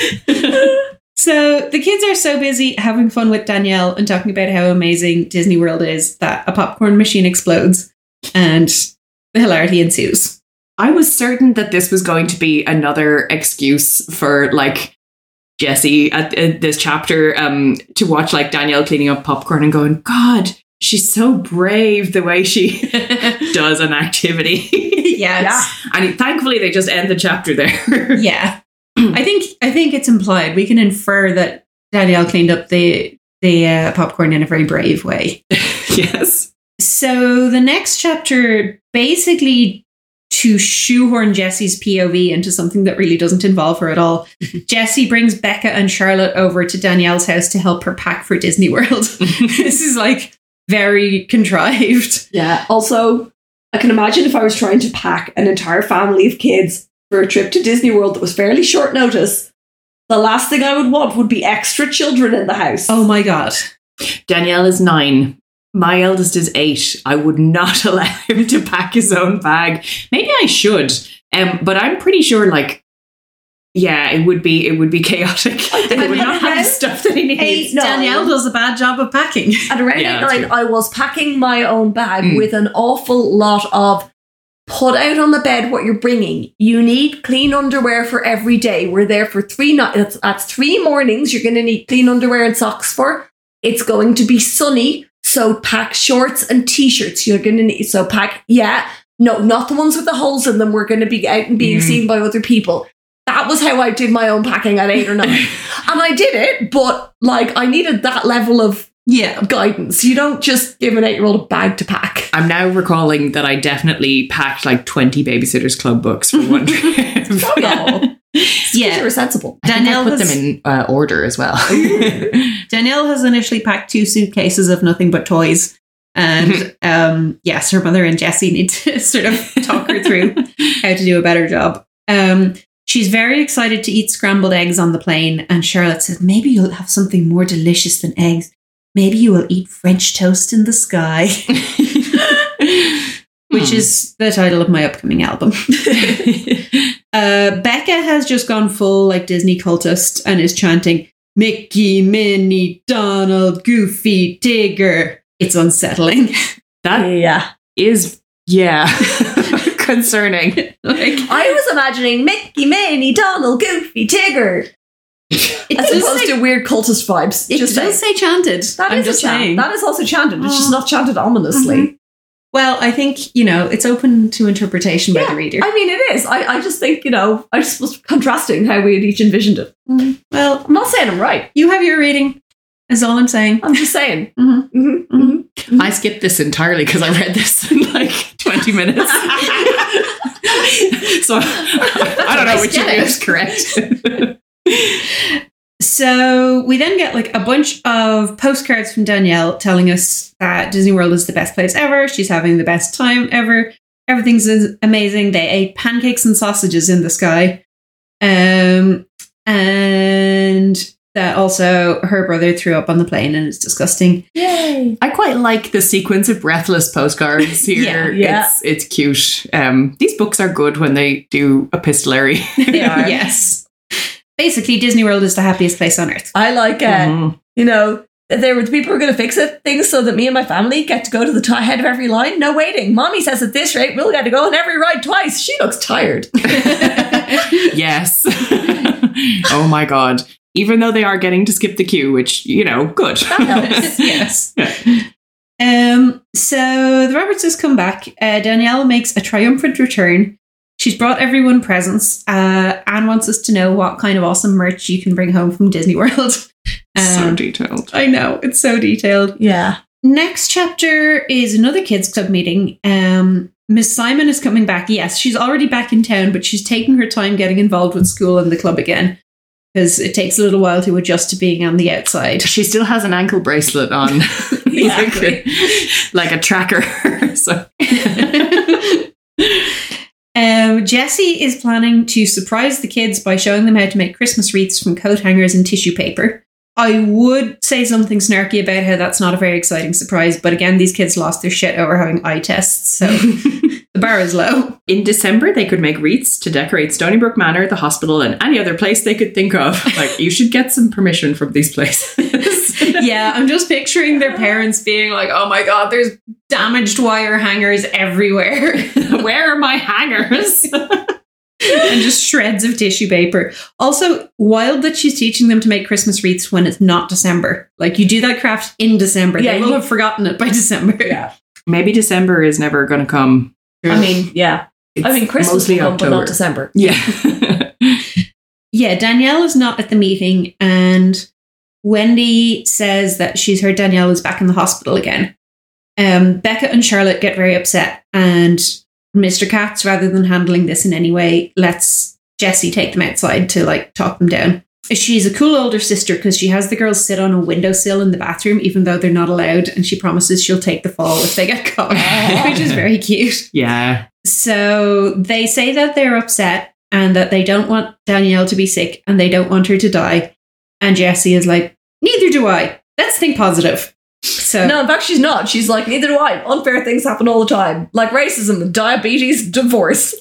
Speaker 2: So the kids are so busy having fun with Danielle and talking about how amazing Disney World is that a popcorn machine explodes and the hilarity ensues.
Speaker 3: I was certain that this was going to be another excuse for like Jesse at, at this chapter um, to watch like Danielle cleaning up popcorn and going, God, she's so brave the way she does an activity.
Speaker 2: Yes.
Speaker 3: and thankfully, they just end the chapter there.
Speaker 2: Yeah. I think I think it's implied. We can infer that Danielle cleaned up the the uh, popcorn in a very brave way.
Speaker 3: yes.
Speaker 2: So the next chapter basically to shoehorn Jesse's POV into something that really doesn't involve her at all. Jesse brings Becca and Charlotte over to Danielle's house to help her pack for Disney World. this is like very contrived.
Speaker 4: Yeah. Also, I can imagine if I was trying to pack an entire family of kids for a trip to Disney World that was fairly short notice, the last thing I would want would be extra children in the house.
Speaker 2: Oh my god.
Speaker 3: Danielle is nine. My eldest is eight. I would not allow him to pack his own bag. Maybe I should, um, but I'm pretty sure, like, yeah, it would be it would be chaotic. I would not have the stuff that he needs.
Speaker 4: no.
Speaker 2: Danielle does a bad job of packing.
Speaker 4: At around
Speaker 3: Yeah,
Speaker 4: eight
Speaker 3: that's
Speaker 4: nine,
Speaker 3: good.
Speaker 4: I was packing my own bag
Speaker 3: Mm.
Speaker 4: with an awful lot of put out on the bed what you're bringing. You need clean underwear for every day. We're there for three nights. That's, that's three mornings. You're going to need clean underwear and socks for. It's going to be sunny, so pack shorts and t-shirts. You're going to need so pack. Yeah, no, not the ones with the holes in them. We're going to be out and being
Speaker 3: Mm.
Speaker 4: seen by other people. That was how I did my own packing at eight or nine. and I did it, but like I needed that level of
Speaker 2: Yeah.
Speaker 4: guidance. You don't just give an eight year old a bag to pack.
Speaker 3: I'm now recalling that I definitely packed like 20 Babysitters Club books for one trip.
Speaker 4: No.
Speaker 2: Yeah.
Speaker 4: You're sensible.
Speaker 2: Danielle
Speaker 3: put
Speaker 2: has-
Speaker 3: them in uh, order as well.
Speaker 2: Danielle has initially packed two suitcases of nothing but toys. And um, yes, her mother and Jesse need to sort of talk her through how to do a better job. Um, she's very excited to eat scrambled eggs on the plane. And Charlotte says, maybe you'll have something more delicious than eggs. Maybe you will eat French toast in the sky, which is the title of my upcoming album. Uh, Becca has just gone full like Disney cultist and is chanting Mickey, Minnie, Donald, Goofy, Digger. It's unsettling.
Speaker 3: that
Speaker 4: Yeah.
Speaker 3: is, yeah, concerning.
Speaker 2: like
Speaker 4: I was imagining Mickey, Minnie, Donald, Goofy, Tigger.
Speaker 2: it
Speaker 4: As
Speaker 2: does
Speaker 4: opposed
Speaker 2: say,
Speaker 4: to weird cultist vibes.
Speaker 2: it
Speaker 4: just
Speaker 2: does say chanted.
Speaker 4: that
Speaker 2: I'm
Speaker 4: is
Speaker 2: just
Speaker 4: a chant.
Speaker 2: saying. Oh. Mm-hmm.
Speaker 4: That is also chanted. It's just not chanted ominously.
Speaker 2: well, I think you know it's open to interpretation by
Speaker 4: Yeah,
Speaker 2: the reader.
Speaker 4: I mean, it is. I, I just think, you know, I just was contrasting how we had each envisioned it.
Speaker 2: well,
Speaker 4: I'm not saying I'm right.
Speaker 2: you have your reading. Is all I'm saying.
Speaker 4: I'm just saying.
Speaker 2: Mhm.
Speaker 4: Mhm, mhm.
Speaker 3: I skipped this entirely because I read this in like 20 minutes. so I don't know which
Speaker 2: get
Speaker 3: of
Speaker 2: it.
Speaker 3: you is correct.
Speaker 2: So we then get like a bunch of postcards from Danielle telling us that Disney World is the best place ever. She's having the best time ever. Everything's is- amazing. They ate pancakes and sausages in the sky. Um, and that also her brother threw up on the plane and it's disgusting.
Speaker 4: Yay.
Speaker 3: I quite like the sequence of breathless postcards here.
Speaker 4: Yeah.
Speaker 3: It's it's cute. Um, these books are good when they do epistolary.
Speaker 2: yes. Basically, Disney World is the happiest place on earth.
Speaker 4: I like uh,
Speaker 3: Mhm.
Speaker 4: you know, there were the people who were going to fix it, things so that me and my family get to go to the t- head of every line. No waiting. Mommy says at this rate, we'll get to go on every ride twice. She looks tired.
Speaker 3: Yes. oh my god. Even though they are getting to skip the queue, which you know, good.
Speaker 2: yes. Um, so the Robertses come back. Uh, Danielle makes a triumphant return. She's brought everyone presents. Uh, Anne wants us to know what kind of awesome merch you can bring home from Disney World.
Speaker 3: so
Speaker 2: Um,
Speaker 3: detailed.
Speaker 2: I know it's so detailed.
Speaker 4: yeah.
Speaker 2: Next chapter is another kids club meeting. Um, Miss Simon is coming back. Yes, she's already back in town, but she's taking her time getting involved with school and the club again because it takes a little while to adjust to being on the outside.
Speaker 3: She still has an ankle bracelet on,
Speaker 2: Exactly.
Speaker 3: like, a tracker. so
Speaker 2: um, Jesse is planning to surprise the kids by showing them how to make Christmas wreaths from coat hangers and tissue paper. I would say something snarky about how that's not a very exciting surprise, but again, these kids lost their shit over having eye tests, so the bar is low.
Speaker 3: In December, they could make wreaths to decorate Stony Brook Manor, the hospital, and any other place they could think of. Like, you should get some permission from these places.
Speaker 2: yeah, I'm just picturing their parents being like, "Oh my god, there's damaged wire hangers everywhere."
Speaker 3: Where are my hangers?
Speaker 2: and just shreds of tissue paper. Also, wild that she's teaching them to make Christmas wreaths when it's not December. Like you do that craft in December.
Speaker 4: Yeah,
Speaker 2: they will
Speaker 4: you-
Speaker 2: have forgotten it by December.
Speaker 6: Yeah.
Speaker 3: Maybe December is never going to come.
Speaker 4: I mean, yeah. I mean,
Speaker 3: It's
Speaker 4: Christmas
Speaker 3: mostly
Speaker 4: will come, but not
Speaker 3: October.
Speaker 4: December.
Speaker 3: Yeah.
Speaker 2: Yeah, Danielle is not at the meeting and Wendy says that she's heard Danielle is back in the hospital again. Um, Becca and Charlotte get very upset and Mr. Katz, rather than handling this in any way, lets Jessie take them outside to like talk them down. She's a cool older sister because she has the girls sit on a windowsill in the bathroom, even though they're not allowed, and she promises she'll take the fall if they get caught, which is very cute.
Speaker 3: yeah.
Speaker 2: So they say that they're upset and that they don't want Danielle to be sick and they don't want her to die. And Jesse is like, neither do I. Let's think positive. So
Speaker 4: No, in fact, she's not. She's like, neither do I. Unfair things happen all the time, like racism, diabetes, divorce.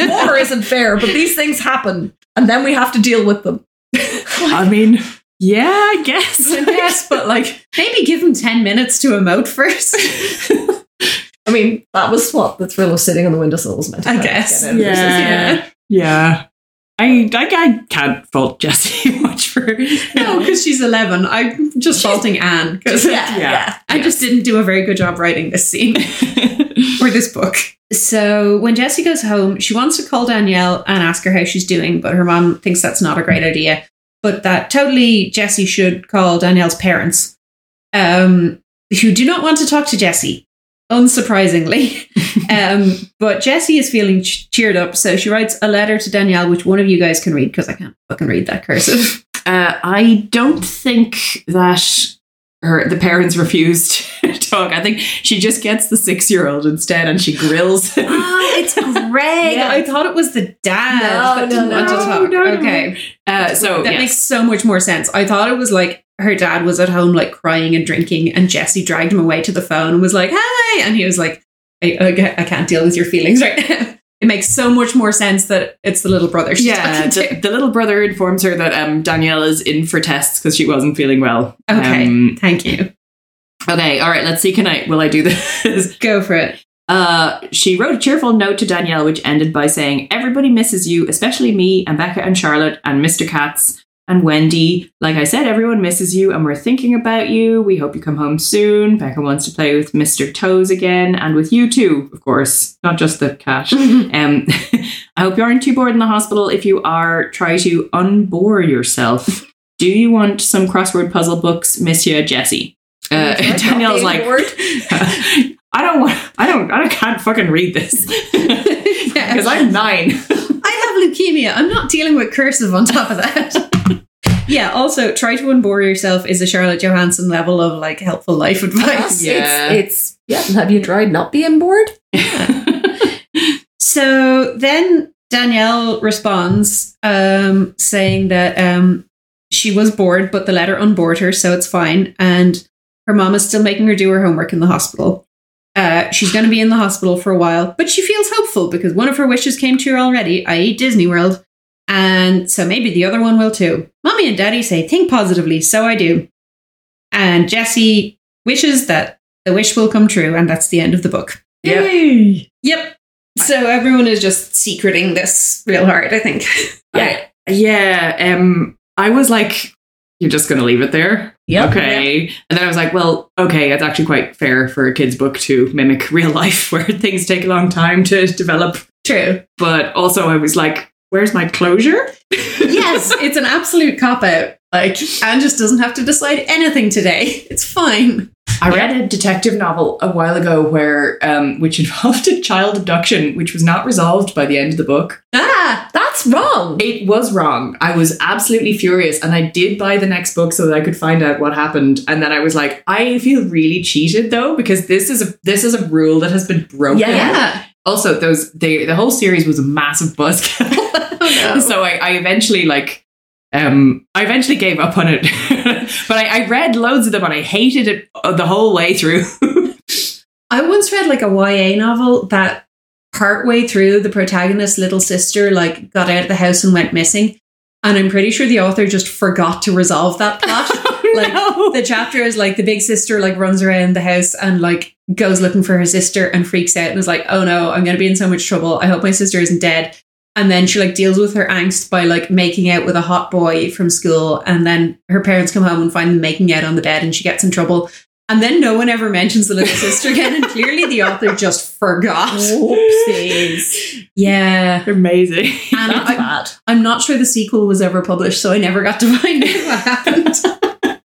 Speaker 4: War isn't fair, but these things happen, and then we have to deal with them.
Speaker 3: I mean, yeah, I guess.
Speaker 2: yes, but like maybe give them ten minutes to emote first.
Speaker 4: I mean, that was what the thrill of sitting on the windowsill was meant to
Speaker 2: I
Speaker 4: kind of
Speaker 2: guess.
Speaker 4: get out of this, isn't it?
Speaker 3: Yeah. I, I, I can't fault Jessie much for
Speaker 2: No, because she's eleven. I'm just faulting Anne because
Speaker 4: Yeah,
Speaker 3: Yeah.
Speaker 4: yeah.
Speaker 2: I just didn't do a very good job writing this scene. or this book. So when Jessie goes home, she wants to call Danielle and ask her how she's doing, but her mom thinks that's not a great idea. But that totally Jessie should call Danielle's parents, um, who do not want to talk to Jessie, unsurprisingly. um, but Jessie is feeling ch- cheered up, so she writes a letter to Danielle, which one of you guys can read because I can't fucking read that cursive.
Speaker 3: Uh, I don't think that her the parents refused to talk. I think she just gets the six year old instead, and she grills him.
Speaker 2: it's Greg. I thought it was the
Speaker 4: No,
Speaker 2: dad. that didn't
Speaker 4: no,
Speaker 2: want to
Speaker 3: no.
Speaker 2: talk.
Speaker 3: No, no, no.
Speaker 2: okay.
Speaker 3: Uh, so
Speaker 2: That
Speaker 3: yes.
Speaker 2: makes so much more sense. I thought it was like her dad was at home, like crying and drinking, and Jesse dragged him away to the phone and was like, "Hi," and he was like, "I, I, I can't deal with your feelings right now." It makes so much more sense that it's the little brother. She's
Speaker 3: yeah,
Speaker 2: talking to.
Speaker 3: the, the little brother informs her that um, Danielle is in for tests because she wasn't feeling well.
Speaker 2: Okay.
Speaker 3: Um,
Speaker 2: Thank you.
Speaker 3: okay. All right. Let's see. Can I? Will I do this?
Speaker 2: Go for it.
Speaker 3: Uh, she wrote a cheerful note to Danielle, which ended by saying, Everybody misses you, especially me and Becca and Charlotte and Mr. Katz and Wendy. Like I said, everyone misses you and we're thinking about you. We hope you come home soon. Becca wants to play with Mr. Toes again and with you too, of course, not just the cat. um, I hope you aren't too bored in the hospital. If you are, try to unbore yourself. Do you want some crossword puzzle books? Miss you, Jessie. Uh,
Speaker 4: That's not
Speaker 3: Danielle's
Speaker 4: being
Speaker 3: like,
Speaker 4: bored.
Speaker 3: I don't want. I don't. I can't fucking read this because I'm nine.
Speaker 2: I have leukemia. I'm not dealing with cursive on top of that. yeah. Also, try to unbore yourself is a Charlotte Johansson level of like helpful life advice.
Speaker 3: Yeah.
Speaker 4: It's, it's yeah. Have you tried not being bored?
Speaker 2: So then Danielle responds, um, saying that um, she was bored, but the letter unbored her, so it's fine. And her mom is still making her do her homework in the hospital. Uh, she's going to be in the hospital for a while, but she feels hopeful because one of her wishes came to her already, i.e., Disney World. And so maybe the other one will too. Mommy and daddy say, think positively, so I do. And Jesse wishes that the wish will come true, and that's the end of the book.
Speaker 3: Yay.
Speaker 2: Yep. So everyone is just secreting this real hard, I think.
Speaker 3: Yeah. Yeah. Um. I was like, you're just gonna leave it there.
Speaker 4: Yep.
Speaker 3: Okay. And then I was like, well, okay, it's actually quite fair for a kid's book to mimic real life where things take a long time to develop.
Speaker 2: True.
Speaker 3: But also, I was like, where's my closure?
Speaker 2: Yes, it's an absolute cop out. Like, Anne just doesn't have to decide anything today. It's fine.
Speaker 3: I read a detective novel a while ago where, um, which involved a child abduction, which was not resolved by the end of the book.
Speaker 2: Ah,
Speaker 4: That's wrong.
Speaker 3: It was wrong. I was absolutely furious, and I did buy the next book so that I could find out what happened. And then I was like, I feel really cheated though because this is a this is a rule that has been broken.
Speaker 2: yeah.
Speaker 3: Also, those they the whole series was a massive buzzkill.
Speaker 2: Oh, no.
Speaker 3: so I, I eventually like. Um, I eventually gave up on it, but I, I read loads of them and I hated it uh, the whole way through.
Speaker 2: I once read like a YA novel that partway through the protagonist's little sister like got out of the house and went missing. And I'm pretty sure the author just forgot to resolve that plot. like the chapter is like the big sister like runs around the house and like goes looking for her sister and freaks out and is like, oh no, I'm gonna be in so much trouble. I hope my sister isn't dead. And then she like deals with her angst by like making out with a hot boy from school, and then her parents come home and find them making out on the bed and she gets in trouble. And then no one ever mentions the little sister again, and clearly the author just forgot.
Speaker 4: Whoopsies.
Speaker 2: Yeah.
Speaker 3: Amazing.
Speaker 2: And I,
Speaker 4: bad.
Speaker 2: I'm not sure the sequel was ever published, so I never got to find out what happened.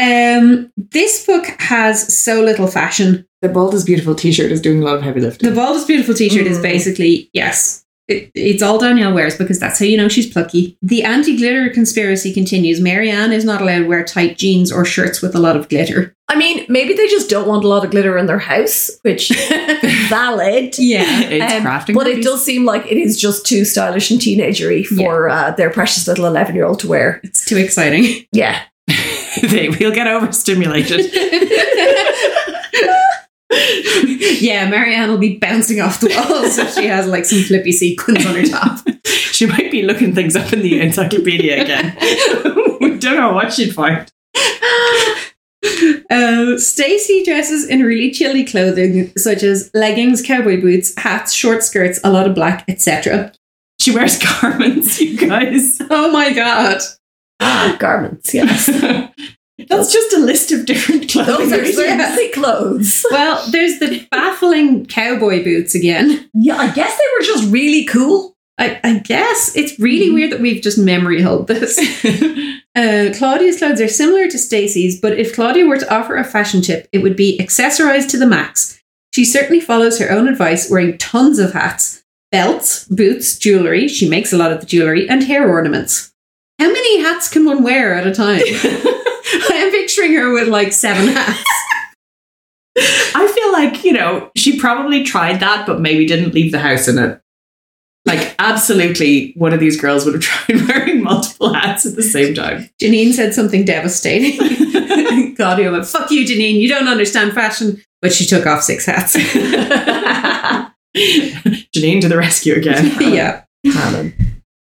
Speaker 2: um, this book has so little fashion.
Speaker 3: The Bald is Beautiful t shirt is doing a lot of heavy lifting.
Speaker 2: The Baldest Beautiful t shirt is
Speaker 3: Mm.
Speaker 2: basically, yes, it, it's all Danielle wears because that's how you know she's plucky. The anti glitter conspiracy continues. Marianne is not allowed to wear tight jeans or shirts with a lot of glitter.
Speaker 4: I mean, maybe they just don't want a lot of glitter in their house, which valid.
Speaker 2: Yeah.
Speaker 3: it's
Speaker 4: Um,
Speaker 3: crafting.
Speaker 4: But it
Speaker 3: hobbies.
Speaker 4: does seem like it is just too stylish and teenagery for uh, their precious little 11 year old to wear.
Speaker 2: It's too exciting.
Speaker 4: Yeah.
Speaker 3: they will get overstimulated.
Speaker 2: yeah, Marianne will be bouncing off the walls if she has like some flippy sequins on her top.
Speaker 3: she might be looking things up in the encyclopedia again. we don't know what she'd find.
Speaker 2: Uh, Stacy dresses in really chilly clothing, such as leggings, cowboy boots, hats, short skirts, a lot of black, etc.
Speaker 3: She wears garments, you guys.
Speaker 2: Oh my god!
Speaker 4: Ah, garments, yeah.
Speaker 3: That's just a list of different clothing.
Speaker 4: Those are
Speaker 2: Yeah.
Speaker 4: fancy clothes.
Speaker 2: Well, there's the baffling cowboy boots again.
Speaker 4: Yeah, I guess they were just really cool.
Speaker 2: I, I guess it's really weird that we've just memory held this. Uh, Claudia's clothes are similar to Stacy's, but if Claudia were to offer a fashion tip, it would be accessorized to the max. She certainly follows her own advice, wearing tons of hats, belts, boots, jewelry. She makes a lot of the jewelry and hair ornaments. How many hats can one wear at a time? I am picturing her with like seven hats.
Speaker 3: I feel like, you know, she probably tried that, but maybe didn't leave the house in it. Like, absolutely, one of these girls would have tried wearing multiple hats at the same time.
Speaker 2: Janine said something devastating. Claudia went, "Fuck you, Janine. You don't understand fashion." But she took off six hats.
Speaker 3: Janine to the rescue again.
Speaker 2: yeah,
Speaker 4: Canon.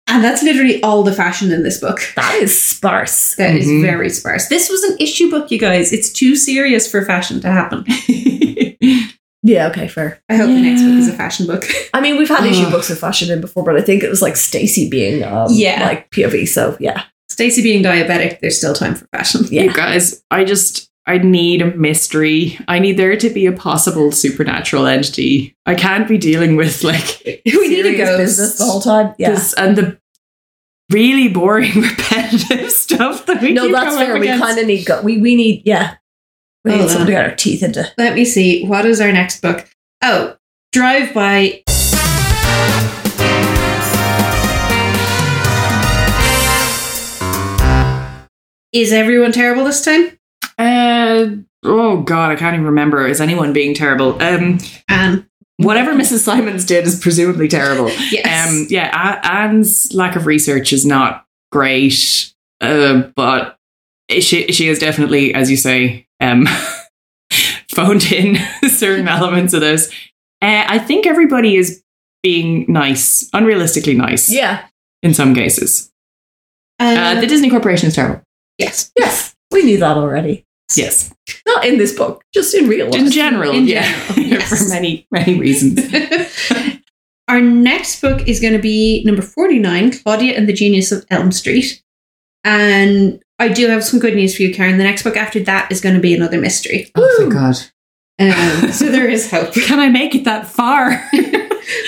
Speaker 2: and that's literally all the fashion in this book.
Speaker 4: That is sparse.
Speaker 2: That is
Speaker 3: Mhm.
Speaker 2: very sparse. This was an issue book, you guys. It's too serious for fashion to happen.
Speaker 4: Yeah, okay, fair.
Speaker 2: I hope the next book is a
Speaker 3: Yeah.
Speaker 2: fashion book.
Speaker 4: I mean, we've had issue
Speaker 3: Ugh.
Speaker 4: books with fashion in before, but I think it was like Stacy being um,
Speaker 2: Yeah.
Speaker 4: like POV. So yeah,
Speaker 2: Stacey being diabetic, there's still time for fashion.
Speaker 4: Yeah.
Speaker 3: You guys, I just I need a mystery. I need there to be a possible supernatural entity. I can't be dealing with like
Speaker 2: We need a
Speaker 4: Serious
Speaker 2: ghost.
Speaker 4: business the whole time. Yeah,
Speaker 3: this and the really boring repetitive stuff that we
Speaker 4: no,
Speaker 3: keep
Speaker 4: that's
Speaker 3: coming
Speaker 4: fair.
Speaker 3: up
Speaker 4: We
Speaker 3: against.
Speaker 4: kind of need go- we we need yeah, we need
Speaker 2: Hold
Speaker 4: something
Speaker 2: on.
Speaker 4: to get our teeth into.
Speaker 2: Let me see. What is our next book? Oh, Drive By. Is everyone terrible this time?
Speaker 3: Uh, oh god, I can't even remember. Is anyone being terrible? Um,
Speaker 2: Anne.
Speaker 3: whatever Mrs. Simons did is presumably terrible.
Speaker 2: Yes.
Speaker 3: Um, yeah, A- Anne's lack of research is not great, uh, but she she is definitely, as you say, um, phoned in certain elements of this. Uh, I think everybody is being nice, unrealistically nice,
Speaker 4: Yeah,
Speaker 3: in some cases. Uh,
Speaker 2: Um,
Speaker 3: the Disney Corporation is terrible.
Speaker 2: yes.
Speaker 4: yes, we knew that already.
Speaker 3: Yes,
Speaker 4: Not in this book, just in real life.
Speaker 3: in general,
Speaker 2: in
Speaker 3: yeah,
Speaker 2: general, yes.
Speaker 3: for many many reasons.
Speaker 2: Our next book is going to be number 49 Claudia and the Genius of Elm Street. And I do have some good news for you, Karen. The next book after that is going to be another mystery.
Speaker 3: Oh my god!
Speaker 2: Um, so there is hope.
Speaker 3: Can I make it that far?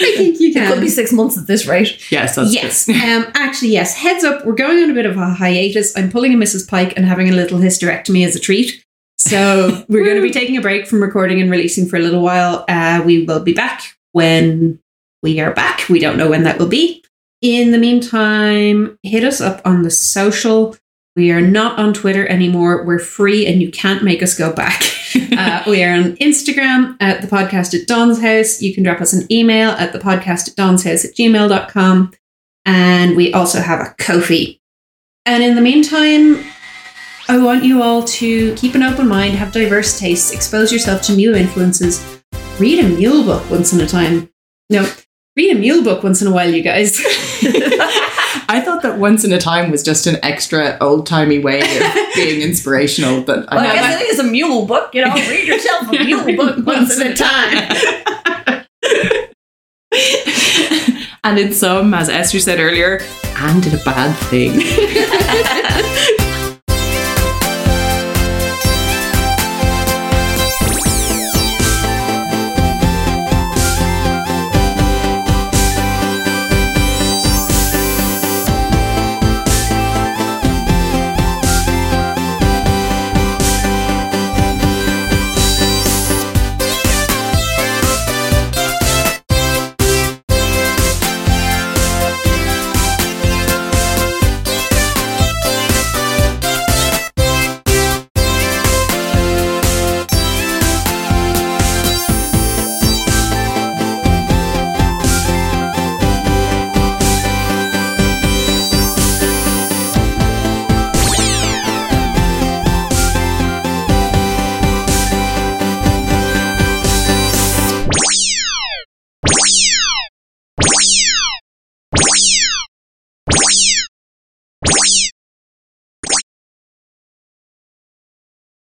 Speaker 2: I think you
Speaker 4: It could be
Speaker 2: can.
Speaker 4: six months at this rate.
Speaker 3: yes, that's
Speaker 2: Yes. Um, actually, yes. Heads up, we're going on a bit of a hiatus. I'm pulling a Mrs. Pike and having a little hysterectomy as a treat. So we're going to be taking a break from recording and releasing for a little while. Uh, we will be back when we are back. We don't know when that will be. In the meantime, hit us up on the social. We are not on Twitter anymore. We're free and you can't make us go back. Uh, we are on Instagram at the podcast at Don's House. You can drop us an email at the podcast at Don's House at gmail.com. and we also have a Kofi. And in the meantime, I want you all to keep an open mind, have diverse tastes, expose yourself to new influences, read a mule book once in a time. No, read a mule book once in a while, you guys.
Speaker 3: I thought that once in a time was just an extra old timey way of being inspirational, but
Speaker 4: Well, I
Speaker 3: I
Speaker 4: guess it is a mule book, you know. Read yourself a mule book once at a time.
Speaker 3: and in some, as Esther said earlier, and did a bad thing.